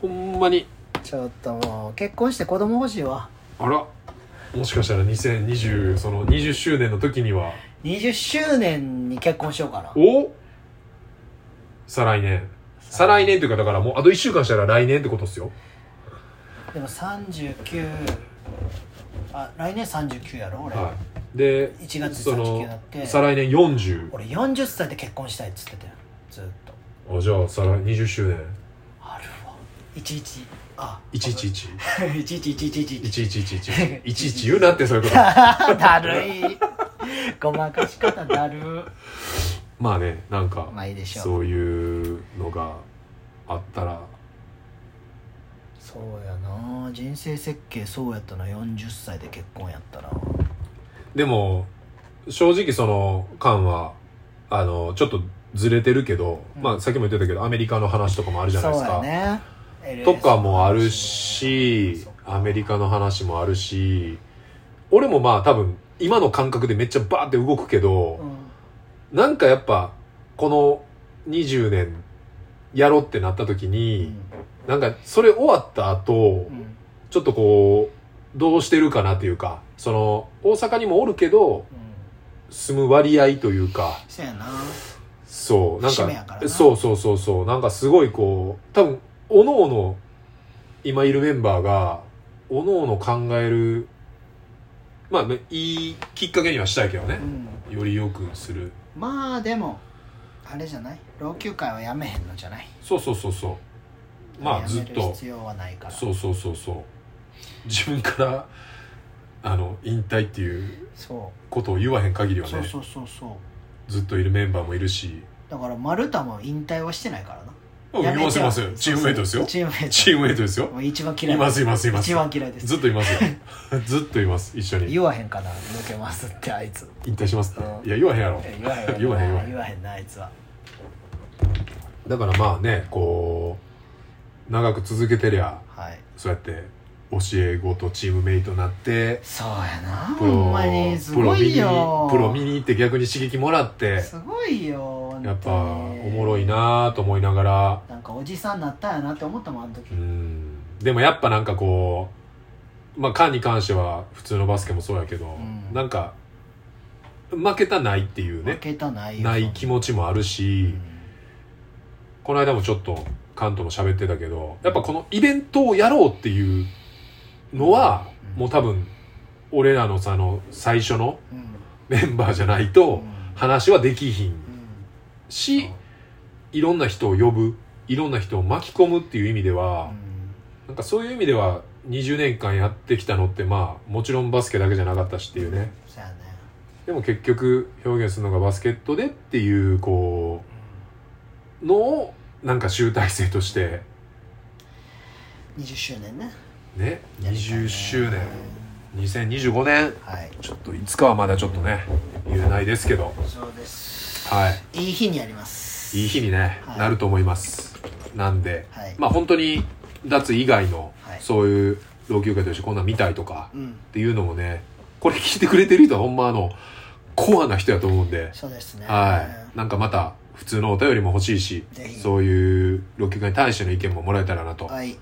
Speaker 2: ほんまに
Speaker 1: ちょっともう結婚して子供欲しいわ
Speaker 2: あらもしかしたら2020その20周年の時には
Speaker 1: 20周年に結婚しようかな
Speaker 2: お再来年再来年というかだからもうあと1週間したら来年ってことっすよ
Speaker 1: でも39あ来年39やろ俺、
Speaker 2: はいで
Speaker 1: 1月
Speaker 2: そ
Speaker 1: 39
Speaker 2: の
Speaker 1: になって
Speaker 2: 再来年40
Speaker 1: 俺40歳で結婚したいっつってたよずっと
Speaker 2: あじゃあさら20周年
Speaker 1: あるわ11あ
Speaker 2: 1111
Speaker 1: 111111
Speaker 2: 1111 11言うなってそういうこと
Speaker 1: <laughs> だるいごまかし方だる
Speaker 2: まあねなんか
Speaker 1: まあいいでしょう
Speaker 2: そういうのがあったら
Speaker 1: そうやな人生設計そうやったな40歳で結婚やったな
Speaker 2: でも正直その感はあのちょっとずれてるけど、
Speaker 1: うん
Speaker 2: まあさっきも言ってたけどアメリカの話とかもあるじゃないで
Speaker 1: そう
Speaker 2: す
Speaker 1: や
Speaker 2: か、
Speaker 1: ね LA
Speaker 2: とかもあるし
Speaker 1: そう、
Speaker 2: アメリカの話もあるし、俺もまあ多分今の感覚でめっちゃバーって動くけ
Speaker 1: う
Speaker 2: ど、
Speaker 1: ん
Speaker 2: なんかやっぱこの20年やろうってなった時
Speaker 1: う
Speaker 2: に
Speaker 1: ん、
Speaker 2: なんかそれ終わった後
Speaker 1: う、ん
Speaker 2: ちょっとこう、どうしてるかなっていうか、その大阪にもおるけど、住む割合というか、
Speaker 1: そうやな
Speaker 2: そうなん
Speaker 1: 節
Speaker 2: か
Speaker 1: 目やからな
Speaker 2: そうそうそうそうなんかすごいこう多分おのおの今いるメンバーがおのおの考えるまあねいいきっかけにはしたいけどね
Speaker 1: う、ん
Speaker 2: よりよくする
Speaker 1: まあでもあれじゃない老朽会はやめへんのじゃない
Speaker 2: そうそうそうそうまあず
Speaker 1: や
Speaker 2: っ
Speaker 1: める
Speaker 2: と
Speaker 1: 必要はないから
Speaker 2: そうそうそうそう自分からあの引退っていう
Speaker 1: そ
Speaker 2: ことを言わへん限り
Speaker 1: う
Speaker 2: はね
Speaker 1: そうそうそうそう
Speaker 2: ずっといるメンバーもいるし
Speaker 1: だから丸太も引退はしてないからな
Speaker 2: あい
Speaker 1: やめ
Speaker 2: ま
Speaker 1: ち
Speaker 2: す
Speaker 1: ゃ
Speaker 2: いうますチームメイトですよ
Speaker 1: チームメイト
Speaker 2: チームメイトですよ
Speaker 1: もう一番嫌い
Speaker 2: いますいますいます
Speaker 1: 一番嫌いです
Speaker 2: ずっといますよ
Speaker 1: <laughs>
Speaker 2: ずっといます一緒に
Speaker 1: 言わへんかな抜けますってあいつ
Speaker 2: 引退しますって
Speaker 1: うん
Speaker 2: いや言わへんやろ
Speaker 1: え言わへん
Speaker 2: 言わへん言わへん
Speaker 1: 言わへんなあいつは
Speaker 2: だからまあねこう長く続けてりゃ
Speaker 1: はい
Speaker 2: そうやって教え子とチームメイトになって
Speaker 1: そうやな
Speaker 2: プロ
Speaker 1: ほんまにす
Speaker 2: プロ
Speaker 1: ご
Speaker 2: 見
Speaker 1: い
Speaker 2: に
Speaker 1: よ
Speaker 2: プロ見に行って逆に刺激もらって
Speaker 1: すごいよ
Speaker 2: やっぱ
Speaker 1: 本当に
Speaker 2: おもろいなぁと思いながら
Speaker 1: なんかおじさんなったんやなって思ったもんあの時
Speaker 2: うんでもやっぱなんかこうまあ缶に関しては普通のバスケもそうやけど、
Speaker 1: ん
Speaker 2: なんか負けたないっていう
Speaker 1: 負
Speaker 2: ね
Speaker 1: けたないよ
Speaker 2: ない気
Speaker 1: 持
Speaker 2: 持ちもあるし、この間もちょっと関東も喋ってたけどやっぱこのイベントをやろうっていうのは、
Speaker 1: うん
Speaker 2: もう多分俺らのさあの最初の <laughs>
Speaker 1: うん
Speaker 2: メンバーじゃないと
Speaker 1: うん
Speaker 2: 話はできひ
Speaker 1: うんん
Speaker 2: し、いろんな人を呼ぶいろんな人を巻き込むっていう意味で
Speaker 1: う
Speaker 2: は、
Speaker 1: ん
Speaker 2: なんかそういう意味では20年間やってきたのってまあもちろんバスケだけじゃなかったしっていうね
Speaker 1: そうやね
Speaker 2: でも結局表現するのがバスケットでっていうこうのをなんか集大成として
Speaker 1: 20周年ね
Speaker 2: ね
Speaker 1: やりたいね
Speaker 2: 20周年2025年
Speaker 1: はい
Speaker 2: ちょっといつかはまだちょっとね言えないですけど
Speaker 1: そうです
Speaker 2: はい
Speaker 1: い日にやります
Speaker 2: いい日にね、
Speaker 1: はい
Speaker 2: なると思いますなんで、
Speaker 1: はい
Speaker 2: まあ本当に脱以外の、
Speaker 1: はい
Speaker 2: そういう老朽化としてこんなん見たいとか
Speaker 1: うん
Speaker 2: っていうのもねこれ聞いてくれてる人はほんまあのコアな人やと思うんで、
Speaker 1: そうですね
Speaker 2: はいなんかまた普通のお便りも欲しいし
Speaker 1: ぜひ
Speaker 2: そういう老朽化に対しての意見ももらえたらなと
Speaker 1: はい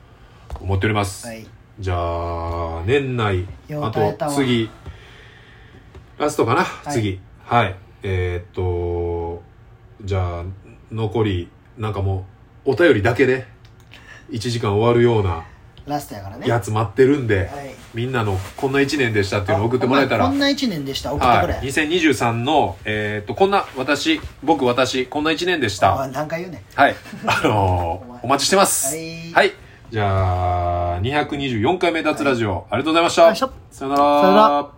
Speaker 2: 思っております、
Speaker 1: はい
Speaker 2: じゃあ年内
Speaker 1: よう
Speaker 2: あ
Speaker 1: 耐え
Speaker 2: と
Speaker 1: たわ
Speaker 2: 次ラストかな、
Speaker 1: い
Speaker 2: 次はいえーっとじゃあ残りなんかもうお便りだけで1時間終わるような
Speaker 1: ラストやからね
Speaker 2: やつ待ってるんで、
Speaker 1: はい
Speaker 2: みんなのこんな1年でしたっていうのを送ってもらえたら
Speaker 1: あほんまこんな1年でした送ってくれ、
Speaker 2: はい、2023の、えーっとこんな私僕私こんな1年でし
Speaker 1: あ
Speaker 2: た
Speaker 1: 何回言うねん <laughs>
Speaker 2: はいあのー
Speaker 1: お前
Speaker 2: お待ちしてます
Speaker 1: はい
Speaker 2: はい。じゃあ、224回目脱ラジオ、ありがとうございました。
Speaker 1: ありがとうございま
Speaker 2: さよなら
Speaker 1: さよなら